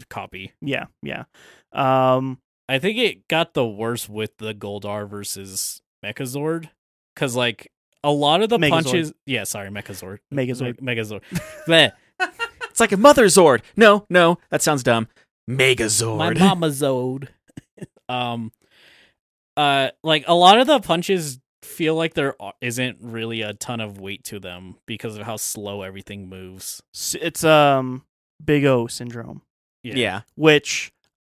C: copy.
A: yeah, yeah. Um,
C: I think it got the worst with the Goldar versus Mechazord because like a lot of the
A: Megazord.
C: punches. Yeah, sorry, Mechazord.
A: Megazord.
C: Me- Megazord. Bleh.
B: it's like a mother Zord. No, no, that sounds dumb.
C: My
B: Megazord.
C: mama's old. um, uh, like a lot of the punches feel like there a- isn't really a ton of weight to them because of how slow everything moves.
A: s- it's um Big O syndrome,
B: yeah.
A: which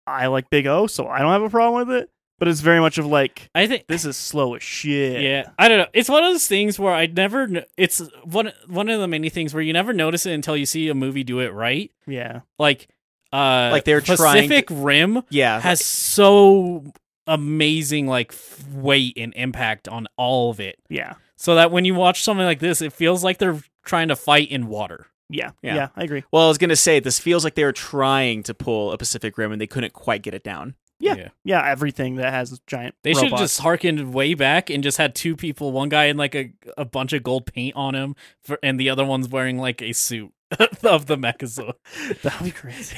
A: I like Big O, so I don't have a problem with it. But it's very much of like
C: I think.
A: this is slow as shit.
C: Yeah, I don't know. It's one of those things where I never. kn- It's one one of the many things where you never notice it until you see a movie do it right.
A: yeah.
C: Like, uh,
B: Like they're trying
C: Pacific Rim
B: yeah.
C: has so amazing like f- weight and impact on all of it.
A: Yeah.
C: so that when you watch something like this, it feels like they're trying to fight in water.
A: Yeah.
B: Yeah.
A: Yeah. I agree.
B: well, I was gonna say this feels like they were trying to pull a Pacific Rim and they couldn't quite get it down.
A: Yeah. Yeah. Everything that has giant.
C: They should have
A: robots.
C: just harkened way back and just had two people, one guy in like a, a bunch of gold paint on him, for, and the other one's wearing like a suit of the Mechazord.
A: That would be crazy.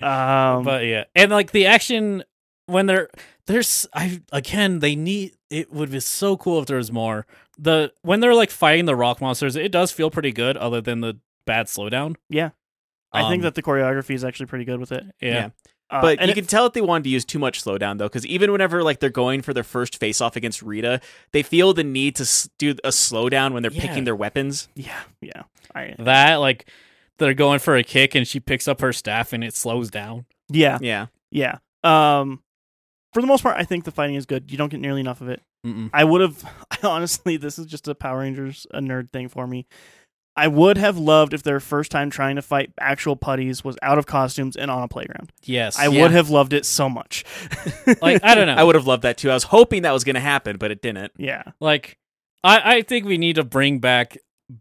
A: um,
C: but yeah, and like the action when they're there's I again they need it would be so cool if there was more. The when they're like fighting the rock monsters, it does feel pretty good, other than the bad slowdown.
A: Yeah. I think
C: Um,
A: that the choreography is actually pretty good with it.
C: yeah.
B: Yeah.
A: Uh,
B: but
A: and
B: you
A: it-
B: can tell that they wanted to use too much slowdown though, because even whenever like they're going for their first face off against Rita, they feel the need to s- do a slowdown when they're
C: Yeah.
B: picking their weapons.
A: yeah, yeah, I,
C: that like they're going for a kick and she picks up her staff and it slows down.
A: yeah,
B: Yeah,
A: yeah. Um, for the most part, I think the fighting is good. You don't get nearly enough of it.
C: Mm-mm.
A: I would have honestly. This is just a Power Rangers a nerd thing for me. I would have loved if their first time trying to fight actual putties was out of costumes and on a playground.
C: Yes,
A: I
B: Yeah.
A: would have loved it so much.
C: like I don't know.
B: I would have loved that too. I was hoping that was going to happen, but it didn't.
A: Yeah,
C: like I I think we need to bring back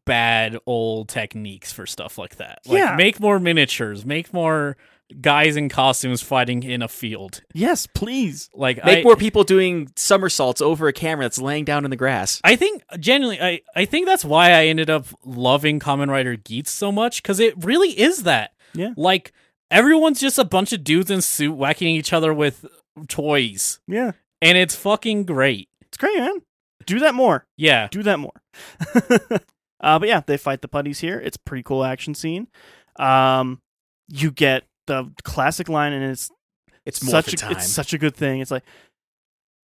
C: bad old techniques for stuff like that. Like
A: Yeah.
C: make more miniatures, make more guys in costumes fighting in a field.
A: yes, please.
C: Like
B: Make
C: I,
B: more people doing somersaults over a camera that's laying down in the grass.
C: I think genuinely, I, I think that's why I ended up loving Common Rider Geats so much because it really is that.
A: Yeah.
C: Like everyone's just a bunch of dudes in suit whacking each other with toys,
A: Yeah,
C: and it's fucking great.
A: it's great, man. Do that more.
C: Yeah.
A: do that more. uh, but yeah, they fight the putties here. It's a pretty cool action scene. Um, you get the classic line, and it's
B: It's more
A: such a,
B: time.
A: it's such a good thing. It's like,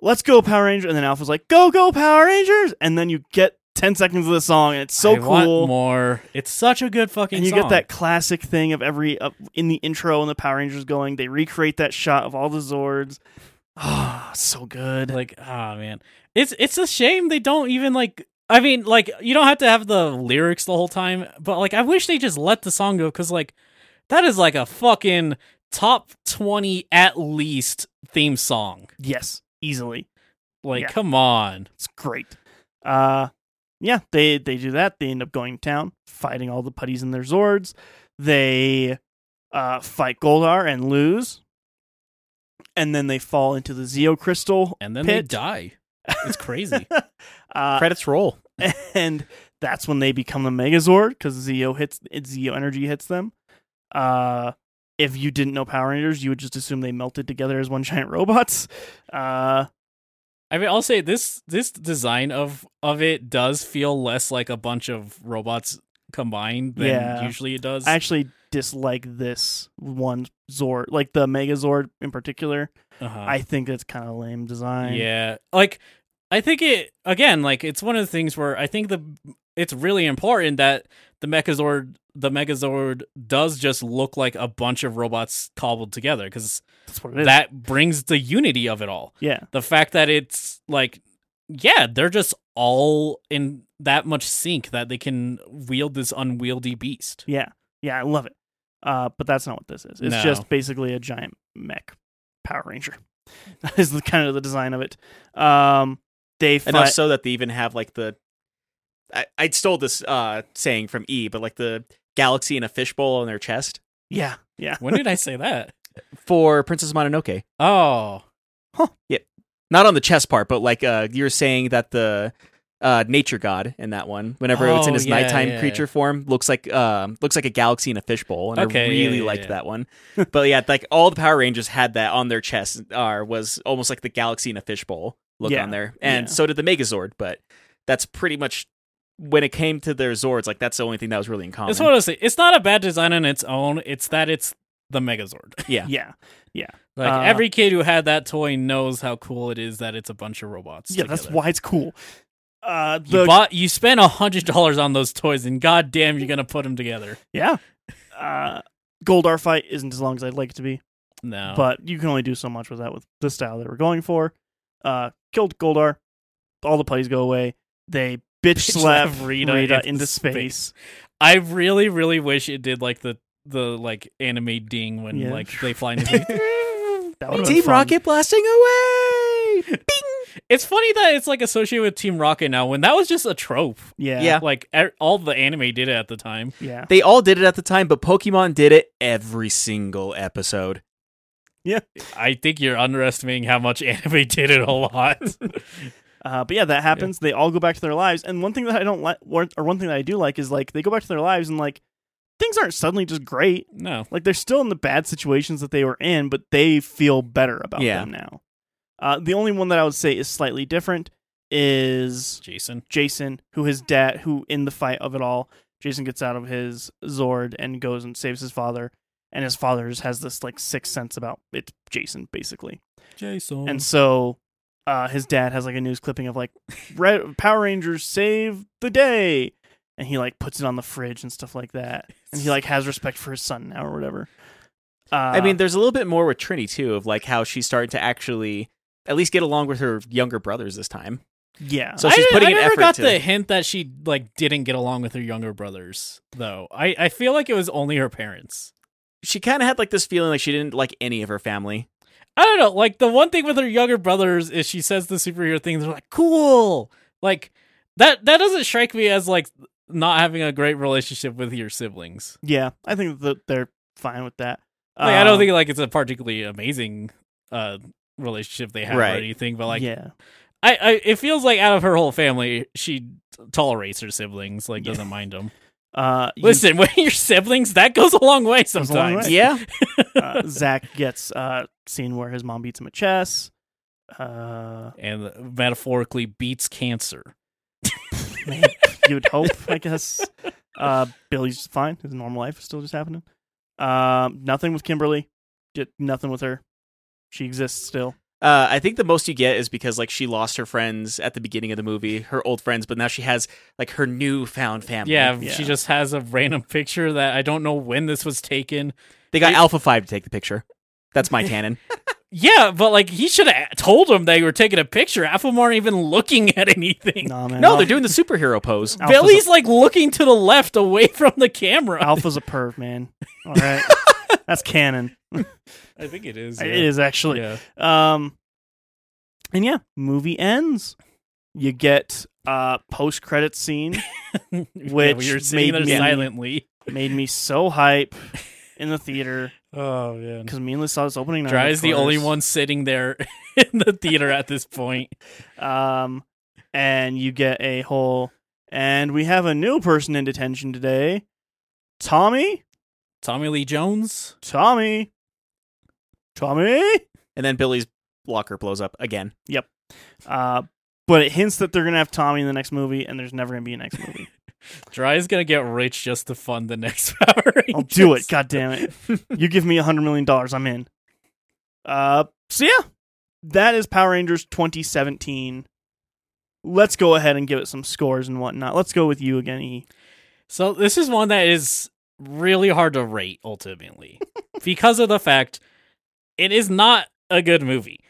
A: let's go Power Rangers, and then Alpha's like, go go Power Rangers, and then you get ten seconds of the song, and it's so
C: I want
A: cool.
C: more. It's such a good fucking.
A: and you
C: song.
A: get that classic thing of every uh, in the intro and the Power Rangers going. They recreate that shot of all the Zords. Ah, so good.
C: like ah man, it's it's a shame they don't even like. I mean, like you don't have to have the lyrics the whole time, but like I wish they just let the song go because like that is like a fucking top twenty at least theme song.
A: yes, easily.
C: Like
A: Yeah.
C: come on,
A: It's great. Uh yeah, they they do that. They end up going to town, fighting all the putties and their Zords. They uh fight Goldar and lose. And then they fall into the Zeo crystal.
C: and then
A: Pit.
C: they die. It's crazy.
A: Uh,
B: Credits roll.
A: and that's when they become the Megazord because Zeo hits Zeo energy hits them. Uh, if you didn't know Power Rangers, you would just assume they melted together as one giant robots. Uh,
C: I mean, I'll say this this design of of it does feel less like a bunch of robots combined than
A: Yeah.
C: usually it does.
A: I actually dislike this one Zord, like the Megazord in particular.
C: uh-huh.
A: I think it's kind of lame design.
C: Yeah. Like I think it again, like it's one of the things where I think the it's really important that the Mechazord the Megazord does just look like a bunch of robots cobbled together cuz
A: that's what it is.
C: that brings the unity of it all.
A: yeah,
C: The fact that it's like yeah, they're just all in that much sync that they can wield this unwieldy beast.
A: yeah, yeah. I love it. Uh, but that's not what this is. It's
C: No.
A: just basically a giant mech Power Ranger. That is the kind of the design of it. Um, they fight.
B: enough so that they even have like the I, I stole this uh saying from E, but like the galaxy in a fishbowl on their chest
A: yeah, yeah.
C: when did I say that?
B: for Princess Mononoke.
C: Oh,
B: Not on the chest part, but like uh you're saying that the uh nature god in that one, whenever it's in
C: Oh,
B: his
C: yeah,
B: nighttime
C: yeah.
B: creature form, looks like um looks like a galaxy in a fishbowl. And
C: Okay,
B: I
C: yeah,
B: really
C: yeah,
B: liked
C: yeah.
B: that one. but yeah, like all the Power Rangers had that on their chest or was almost like the galaxy in a fishbowl look
A: Yeah,
B: on there. And
A: yeah.
B: so did the Megazord, but that's pretty much when it came to their Zords, like that's the only thing that was really in common.
C: it's what I was saying. It's not a bad design on its own. It's that it's the Megazord.
B: yeah.
A: yeah,
C: Like
A: Uh,
C: every kid who had that toy knows how cool it is that it's a bunch of robots.
A: yeah. That's
C: together.
A: why it's cool. Uh,
C: you
A: the
C: bought. You spent a hundred dollars on those toys, and goddamn, you're gonna put them together.
A: yeah, uh, Goldar fight isn't as long as I'd like it to be.
C: No,
A: but you can only do so much with that with the style they were going for. Uh, killed Goldar. All the putties go away. They bitch slap
C: slap
A: Rita,
C: Rita
A: Rita
C: into
A: into space.
C: space. I really, really wish it did like the the like anime ding when
A: Yeah.
C: like they fly into. the-
A: That would've been
B: Team
A: fun.
B: Rocket blasting away. Bing!
C: it's funny that it's like associated with Team Rocket now. When that was just a trope.
A: Yeah, yeah,
B: Yeah.
C: Like e- all the anime did it at the time.
A: yeah,
B: They all did it at the time, but Pokemon did it every single episode.
C: I think you're underestimating how much anime did it a lot.
A: Uh, but yeah, that happens. They all go back to their lives. And one thing that I don't like, or or one thing that I do like, is like they go back to their lives and like things aren't suddenly just great.
C: no,
A: Like they're still in the bad situations that they were in, but they feel better about
B: Yeah.
A: them now. Uh, the only one that I would say is slightly different is
C: Jason.
A: Jason, who his dad, who in the fight of it all, Jason gets out of his Zord and goes and saves his father. And his father just has this like sixth sense about it's Jason, basically.
C: Jason.
A: And so uh, his dad has like a news clipping of like Red Power Rangers save the day. And he like puts it on the fridge and stuff like that. And he like has respect for his son now or whatever. Uh,
B: I mean, there's a little bit more with Trini too, of like how she's starting to actually at least get along with her younger brothers this time.
A: yeah.
B: So she's
C: I,
B: putting
C: I
B: in
C: never
B: effort
C: got
B: to.
C: the hint that she like didn't get along with her younger brothers though. I, I feel like it was only her parents.
B: She kind of had like this feeling like she didn't like any of her family.
C: I don't know. Like the one thing with her younger brothers is she says the superhero things are like cool. Like that that doesn't strike me as like not having a great relationship with your siblings.
A: yeah, I think that they're fine with that.
C: Like I
A: Um,
C: don't think like it's a particularly amazing uh relationship they have
B: Right.
C: or anything, but like
A: yeah.
C: I, I it feels like out of her whole family she tolerates her siblings, like
A: Yeah.
C: doesn't mind them.
A: Uh, you-
C: Listen, when your siblings, that goes a long
A: a
C: way
A: long
C: sometimes.
A: way.
B: Yeah,
A: uh, Zach gets uh, scene where his mom beats him at chess. Uh,
C: and metaphorically beats cancer.
A: you would hope, I guess. Uh, Billy's fine; his normal life is still just happening. Um, nothing with Kimberly. Did nothing with her. She exists still.
B: uh, I think the most you get is because like she lost her friends at the beginning of the movie, her old friends, but now she has like her newfound family.
C: Yeah,
A: Yeah.
C: she just has a random picture that I don't know when this was taken.
B: they got Alpha Five to take the picture. That's my canon.
C: Yeah, but like he should have told them they were taking a picture. Half of them aren't even looking at anything.
A: Nah, man.
B: no,
A: Al-
B: they're doing the superhero pose.
A: Alpha's
C: Billy's like looking to the left, away from the camera.
A: Alpha's a perv, man. All right, that's canon.
C: I think it is.
A: It is actually. Um, and yeah, movie ends. You get uh post credit scene. Which
C: we were sitting
A: made
C: there
A: me-
C: silently.
A: Made me so hype in the theater.
C: Oh man.
A: because me and Liz saw this opening night.
C: Dry is
A: of
C: the only
A: course.
C: one sitting there in the theater at this point.
A: Um, and you get a whole. And we have a new person in detention today. Tommy,
C: Tommy Lee Jones.
A: Tommy, Tommy.
B: And then Billy's locker blows up again.
A: Uh, but it hints that they're gonna have Tommy in the next movie, and there's never gonna be a next movie.
C: Dry is gonna get rich just to fund the next Power Rangers.
A: I'll Oh, do it. God damn it! you give me a hundred million dollars, I'm in. Uh, so yeah, that is Power Rangers 2017. Let's go ahead and give it some scores and whatnot. Let's go with you again, E.
C: So this is one that is really hard to rate ultimately because of the fact it is not a good movie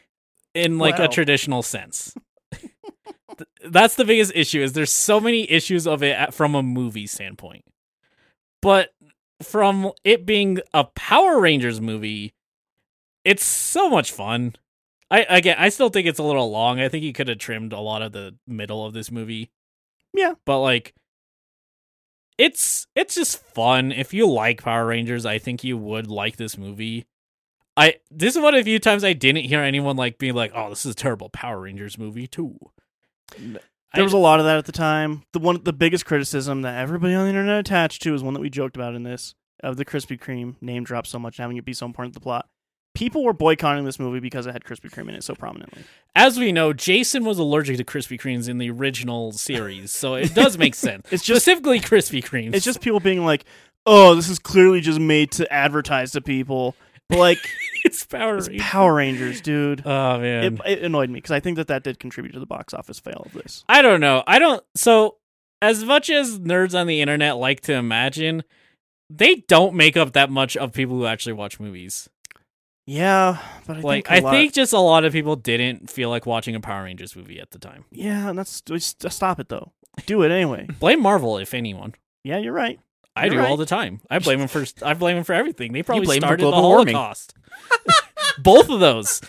C: in like
A: Wow.
C: a traditional sense. Th- That's the biggest issue is there's so many issues of it at- from a movie standpoint. But from it being a Power Rangers movie, it's so much fun. I again, I still think it's a little long. I think he could have trimmed a lot of the middle of this movie.
A: Yeah.
C: but like, it's it's just fun. If you like Power Rangers, I think you would like this movie. I this is one of the few times I didn't hear anyone like being like, "Oh, this is a terrible Power Rangers movie too." I-
A: There was a lot of that at the time. The one, the biggest criticism that everybody on the internet attached to is one that we joked about in this of the Krispy Kreme name drop so much, and having it be so important to the plot. People were boycotting this movie because it had Krispy Kreme in it so prominently.
C: As we know, Jason was allergic to Krispy Kremes in the original series, so it does make sense.
A: It's just-
C: specifically Krispy Kremes.
A: It's just people being like, "Oh, this is clearly just made to advertise to people." But like,
C: it's Power
A: it's
C: Rangers.
A: Power Rangers, dude.
C: oh man,
A: It, it annoyed me because I think that that did contribute to the box office fail of this.
C: I don't know. I don't. So, as much as nerds on the internet like to imagine, they don't make up that much of people who actually watch movies.
A: Yeah, but I
C: like,
A: think a
C: I
A: lot-
C: think just a lot of people didn't feel like watching a Power Rangers movie at the time.
A: yeah, and that's just stop it though. Do it anyway.
C: Blame Marvel, if anyone.
A: yeah, you're right.
C: I
A: You're
C: do all
A: right.
C: the time. I blame them for. I blame them for everything. They probably
B: blame for
C: started the
B: global warming.
C: Holocaust. Both of those.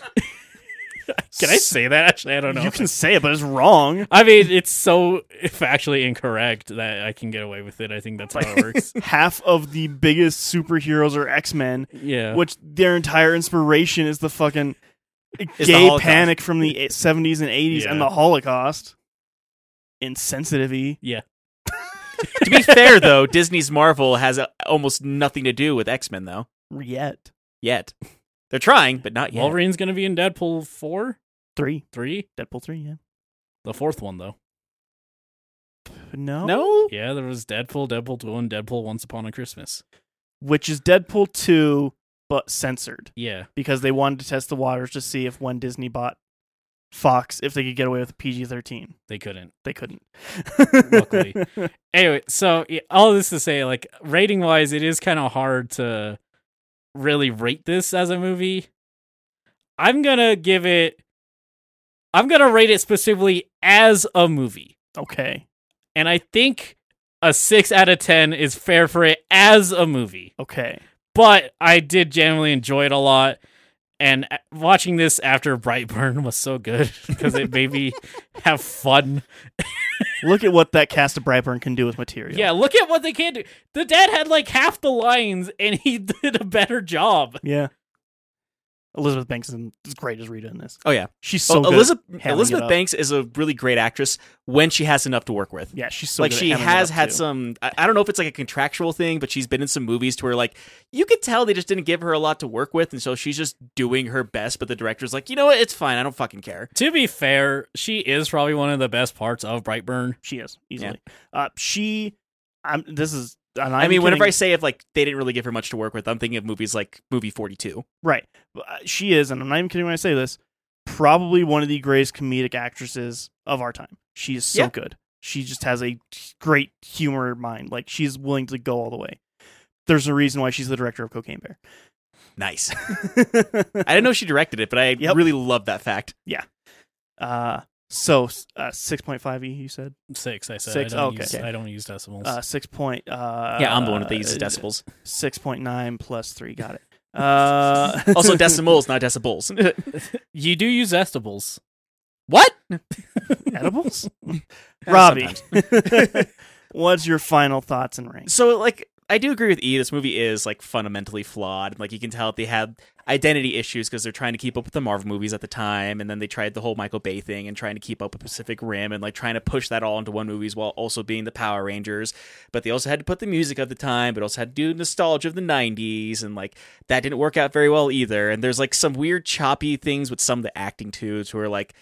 C: Can I say that? Actually, I don't know.
A: You can say it, but it's wrong.
C: I mean, it's so factually incorrect that I can get away with it. I think that's how it works.
A: Half of the biggest superheroes are X Men,
C: Yeah.
A: which their entire inspiration is the fucking
B: the
A: gay
B: Holocaust.
A: panic from the seventies and eighties and
C: Yeah.
A: the Holocaust. Insensitive e.
B: to be fair, though, Disney's Marvel has uh almost nothing to do with X Men, though.
A: Yet
B: Yet they're trying, but not yet.
C: Wolverine's gonna be in Deadpool four,
A: three
C: three,
A: Deadpool three. Yeah,
C: the fourth one though.
A: But no,
B: No,
C: Yeah, there was Deadpool, Deadpool two, and Deadpool Once Upon a Christmas.
A: which is Deadpool two, but censored.
C: Yeah,
A: because they wanted to test the waters to see if when Disney bought Fox, if they could get away with PG thirteen.
C: they couldn't.
A: They couldn't.
C: Luckily. Anyway, so yeah, all this to say, like rating wise, it is kind of hard to really rate this as a movie. I'm gonna give it. I'm gonna rate it specifically as a movie,
A: okay.
C: and I think a six out of ten is fair for it as a movie.
A: Okay.
C: but I did genuinely enjoy it a lot. And a- watching this after Brightburn was so good because it made me have fun.
A: Look at what that cast of Brightburn can do with material.
C: Yeah, look at what they can do. The dad had like half the lines, and he did a better job.
A: Yeah. Elizabeth Banks is in- is great as Rita in this.
B: Oh yeah,
A: She's so
B: Well,
A: good.
B: Elizabeth
A: hamming it
B: Elizabeth
A: up.
B: Banks is a really great actress when she has enough to work with.
A: Yeah, she's so
B: like
A: good at
B: she
A: hamming it
B: has
A: up,
B: had
A: too.
B: some. I, I don't know if it's like a contractual thing, but she's been in some movies to where like you could tell they just didn't give her a lot to work with, and so she's just doing her best. But the director's like, you know what? It's fine. I don't fucking care.
C: To be fair, she is probably one of the best parts of Brightburn.
A: She is easily. Uh, she. I'm. This is. And
B: i
A: I'm
B: mean, whenever
A: kidding.
B: I say if like they didn't really give her much to work with, I'm thinking of movies like movie 42.
A: Right. Uh, She is, and I'm not even kidding when I say this, probably one of the greatest comedic actresses of our time. She is so
B: Yeah.
A: good. She just has a great humor mind. Like she's willing to go all the way. There's a reason why she's the director of Cocaine Bear.
B: Nice. I didn't know she directed it, but I
A: Yep.
B: really love that fact.
A: uh so uh 6.5 e you said
C: Six, I said.
A: Six,
C: I don't
A: okay.
C: use, I don't use decimals.
A: uh 6. Point, uh
B: Yeah, I'm the one that they uses decibels.
A: 6.9 plus 3 got it uh
B: Also decimals, not decibels.
C: you do use decimals.
B: what?
A: edibles
B: Yeah,
A: robbie what's your final thoughts and ranks
B: So like I do agree with E. This movie is like fundamentally flawed. Like you can tell they had identity issues because they're trying to keep up with the Marvel movies at the time, and then they tried the whole Michael Bay thing and trying to keep up with Pacific Rim and like trying to push that all into one movies while also being the Power Rangers. But they also had to put the music of the time, but also had to do nostalgia of the '90s, and like that didn't work out very well either. And there's like some weird choppy things with some of the acting too, to where like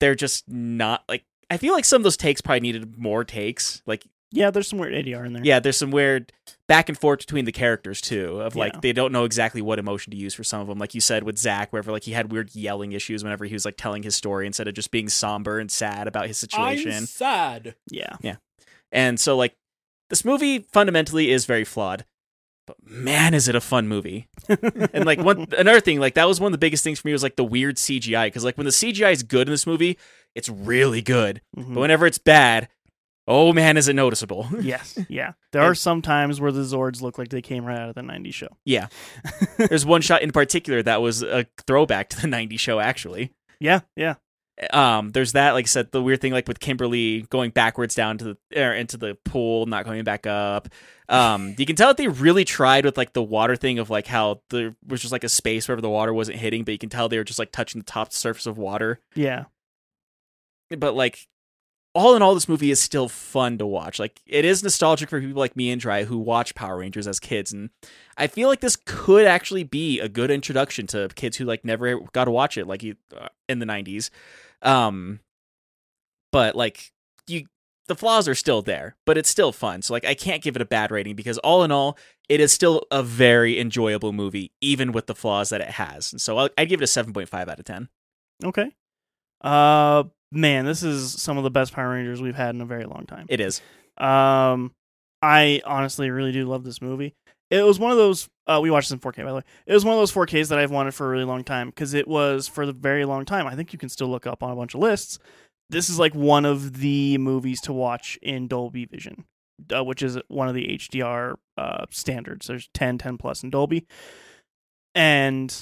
B: they're just not like. I feel like some of those takes probably needed more takes. Like
A: Yeah, there's some weird ADR in there.
B: yeah, there's some weird back and forth between the characters too. Of like
A: Yeah.
B: they don't know exactly what emotion to use for some of them. Like you said with Zach, wherever like he had weird yelling issues whenever he was like telling his story instead of just being somber and sad about his situation.
C: sad.
A: yeah.
B: And so like this movie fundamentally is very flawed. But man, is it a fun movie. and like one another thing, like that was one of the biggest things for me was like the weird CGI. Cause like when the CGI is good in this movie, it's really good.
A: Mhm.
B: But whenever it's bad, oh man, is it noticeable.
A: yes, yeah. There are some times where the Zords look like they came right out of the '90s show.
B: yeah. There's one shot in particular that was a throwback to the 90s show, actually.
A: Yeah, yeah.
B: Um, there's that, like I said, the weird thing like with Kimberly going backwards down to the er, into the pool, not coming back up. Um, you can tell that they really tried with like the water thing of like how there was just like a space wherever the water wasn't hitting, but you can tell they were just like touching the top surface of water.
A: Yeah.
B: But like all in all, this movie is still fun to watch. Like it is nostalgic for people like me and Dry who watch Power Rangers as kids, and I feel like this could actually be a good introduction to kids who like never got to watch it, like you uh, in the '90s. Um, but like you, the flaws are still there, but it's still fun. So like I can't give it a bad rating because all in all, it is still a very enjoyable movie, even with the flaws that it has. And so I'll, I'd give it a seven point five out of ten.
A: Okay. Uh, man, this is some of the best Power Rangers we've had in a very long time.
B: It is.
A: Um, I honestly really do love this movie. It was one of those. Uh, we watched this in 4K, by the way. It was one of those 4Ks that I've wanted for a really long time because it was for the very long time. I think you can still look up on a bunch of lists. This is like one of the movies to watch in Dolby Vision, uh, which is one of the HDR uh, standards. There's 10, 10 plus in Dolby, and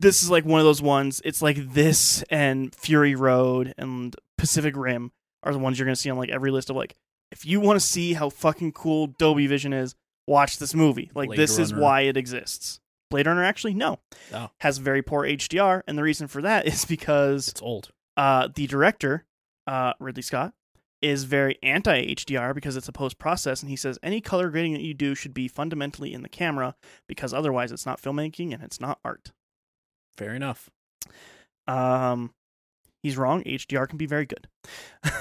A: this is like one of those ones. It's like this and Fury Road and Pacific Rim are the ones you're gonna see on like every list of like if you want to see how fucking cool Dolby Vision is, watch this movie. Like
C: Blade
A: this is
C: Runner.
A: why it exists. Blade Runner actually no,
C: Oh.
A: has very poor HDR, and the reason for that is because
C: It's old.
A: uh, the director, uh, Ridley Scott, is very anti HDR because it's a post process, and he says any color grading that you do should be fundamentally in the camera because otherwise it's not filmmaking and it's not art.
C: Fair enough.
A: Um, he's wrong. HDR can be very good.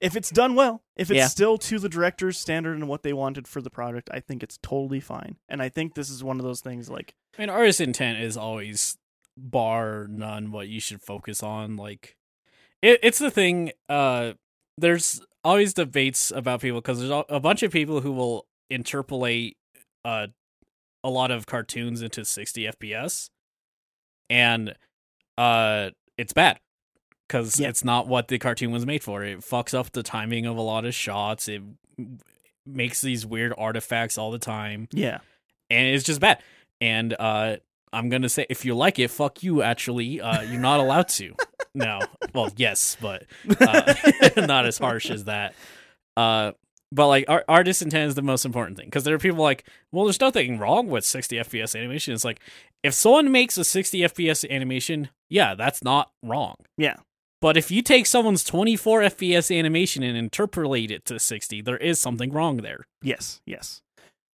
A: if it's done well, if it's
B: Yeah.
A: still to the director's standard and what they wanted for the product, I think it's totally fine. And I think this is one of those things like,
C: I mean, artist intent is always bar none what you should focus on. Like, it, it's the thing. Uh, there's always debates about people because there's a a bunch of people who will interpolate uh a lot of cartoons into 60 FPS, and uh, it's bad because
A: Yeah.
C: it's not what the cartoon was made for. It fucks up the timing of a lot of shots. It makes these weird artifacts all the time
A: yeah,
C: and it's just bad. And uh, I'm gonna say, if you like it, fuck you. Actually, uh, you're not allowed to. No, well, yes, but uh, not as harsh as that. Uh, but like, ar- artist intent is the most important thing because there are people like, well, there's nothing wrong with 60 FPS animation. It's like, if someone makes a 60 FPS animation, yeah, that's not wrong.
A: Yeah.
C: But if you take someone's 24 FPS animation and interpolate it to 60, there is something wrong there.
A: yes, yes.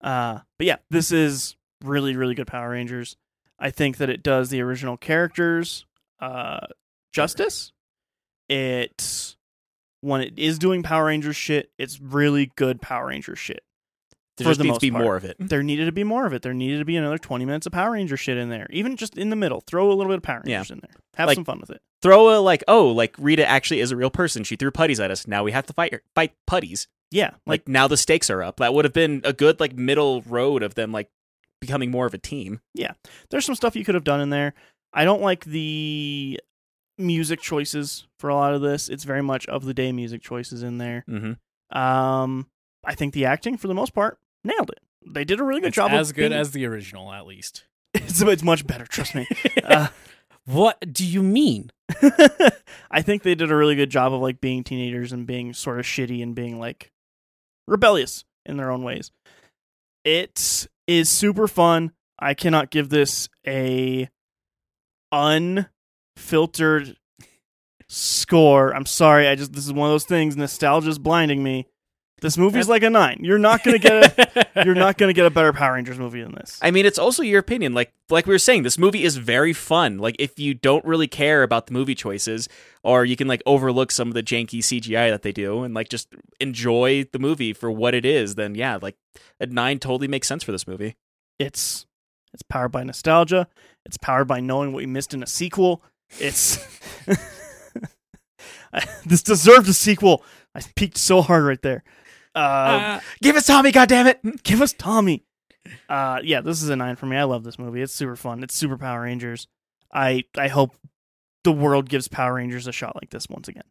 A: Uh, but yeah, this is really, really good Power Rangers. I think that it does the original characters uh, justice. It when it is doing Power Rangers shit, it's really good Power Ranger shit.
B: There
A: For
B: just
A: the
B: needs
A: most
B: to be
A: part.
B: more of it.
A: there needed to be more of it. There needed to be another 20 minutes of Power Ranger shit in there. Even just in the middle, throw a little bit of Power
B: Yeah.
A: Rangers in there. Have
B: Like-
A: some fun with it.
B: throw a like oh like Rita actually is a real person. She threw putties at us. Now we have to fight fight putties.
A: Yeah.
B: Like, now the stakes are up. That would have been a good like middle road of them like becoming more of a team.
A: there's some stuff you could have done in there. I don't like the music choices for a lot of this. It's very much of the day music choices in there.
B: Mm-hmm.
A: Um I think the acting for the most part nailed it. They did a really good
C: It's
A: job. of
C: as good
A: being-
C: as the original, at least.
A: it's, it's much better, trust me. Uh,
C: What do you mean?
A: I think they did a really good job of like being teenagers and being sort of shitty and being like rebellious in their own ways. It is super fun. I cannot give this a unfiltered score. I'm sorry. I just this is one of those things nostalgia's blinding me. This movie's like a nine. You're not gonna get a you're not gonna get a better Power Rangers movie than this.
B: I mean, it's also your opinion. Like like we were saying, this movie is very fun. Like if you don't really care about the movie choices, or you can like overlook some of the janky CGI that they do, and like just enjoy the movie for what it is, then yeah, like a nine totally makes sense for this movie.
A: It's it's powered by nostalgia. It's powered by knowing what we missed in a sequel. It's I- this deserved a sequel. I peaked so hard right there. Uh,
B: Give us Tommy, goddammit!
A: give us Tommy. Uh, yeah, this is a nine for me. I love this movie. It's super fun. It's super Power Rangers. I I hope the world gives Power Rangers a shot like this once again.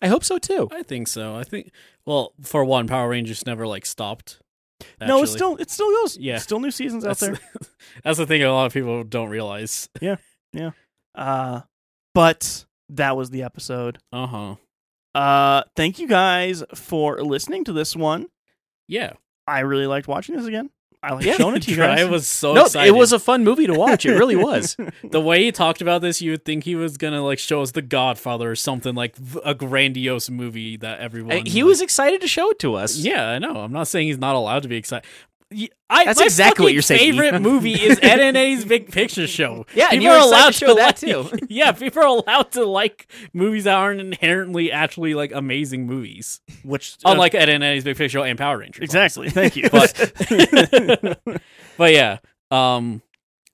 B: I hope so too.
C: I think so. I think. Well, for one, Power Rangers never like stopped.
A: No, it
C: actually.
A: still it still goes.
C: Yeah.
A: still new seasons out
C: that's,
A: there.
C: that's the thing. A lot of people don't realize.
A: Uh, but that was the episode.
C: Uh huh.
A: Uh, thank you guys for listening to this one.
C: Yeah.
A: I really liked watching this again. I like
B: Yeah,
A: showing it to you guys.
C: I was so
B: no,
C: excited.
B: it was a fun movie to watch. It really was.
C: the way he talked about this, you would think he was gonna like show us The Godfather or something like th- a grandiose movie that everyone.
B: I- he
C: like-
B: was excited to show it to us.
C: Yeah, I know. I'm not saying he's not allowed to be excited. Y- I,
B: That's
C: my
B: exactly what
C: fucking
B: you're saying,
C: Favorite
B: Ethan.
C: movie is NNA's Big Picture Show.
B: Yeah, and
C: people
B: you were
C: are
B: excited
C: allowed
B: to show that
C: like-
B: too.
C: yeah, people are allowed to like movies that aren't inherently actually like amazing movies,
A: which
B: Oh, uh,
C: unlike NNA's Big Picture Show and Power Rangers.
A: exactly. Thank you.
C: obviously. But but yeah, um,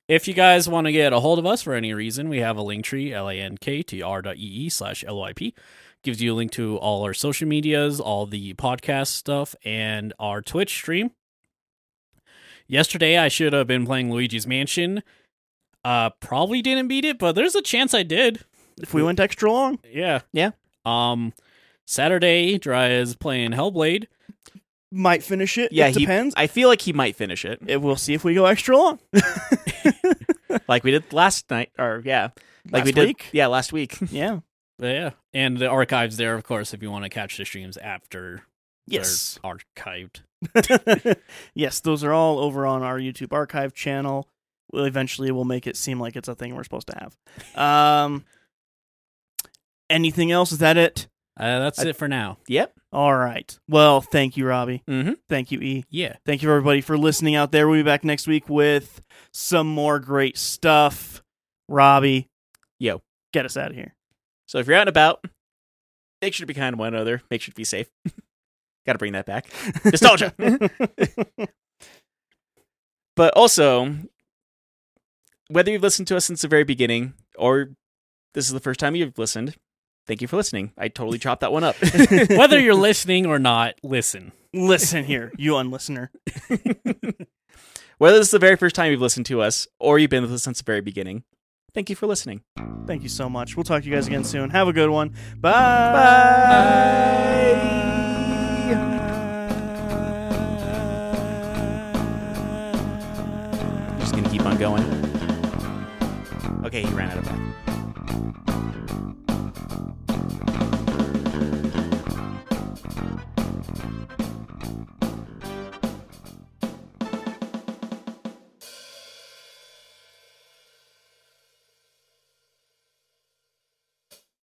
C: if you guys want to get a hold of us for any reason, we have a link tree l a n k t r dot e e slash l y p gives you a link to all our social medias, all the podcast stuff, and our Twitch stream. Yesterday, I should have been playing Luigi's Mansion. Uh, probably didn't beat it, but there's a chance I did.
A: if we went extra long,
C: Yeah,
B: Yeah.
C: Um, Saturday, Dry is playing Hellblade.
A: might finish it.
B: Yeah,
A: it
B: he-
A: depends.
B: I feel like he might finish it,
A: It- we'll see if we go extra long.
B: like we did last night, or yeah, like
A: Last
B: we did,
A: week.
B: yeah, last week.
A: Yeah.
C: But yeah, and the archives there, of course, if you want to catch the streams after
A: Yes.
C: they're archived.
A: yes, those are all over on our YouTube archive channel. We'll eventually we'll make it seem like it's a thing we're supposed to have. Um anything else? Is that it?
C: Uh, that's
B: I-
C: it for now.
B: Yep.
A: All right. Well, thank you, Robbie.
B: Mm-hmm.
A: Thank you, E.
C: Yeah,
A: Thank you everybody for listening out there. We'll be back next week with some more great stuff. Robbie.
B: Yo.
A: Get us out of here.
B: So if you're out and about, make sure to be kind to one another. Make sure to be safe. Got to bring that back. Nostalgia. but also, whether you've listened to us since the very beginning or this is the first time you've listened, thank you for listening. I totally chopped that one up.
C: whether you're listening or not, listen.
A: Listen here, you unlistener.
B: whether this is the very first time you've listened to us or you've been with us since the very beginning, thank you for listening.
A: Thank you so much. We'll talk to you guys again soon. Have a good one. Bye.
B: Bye.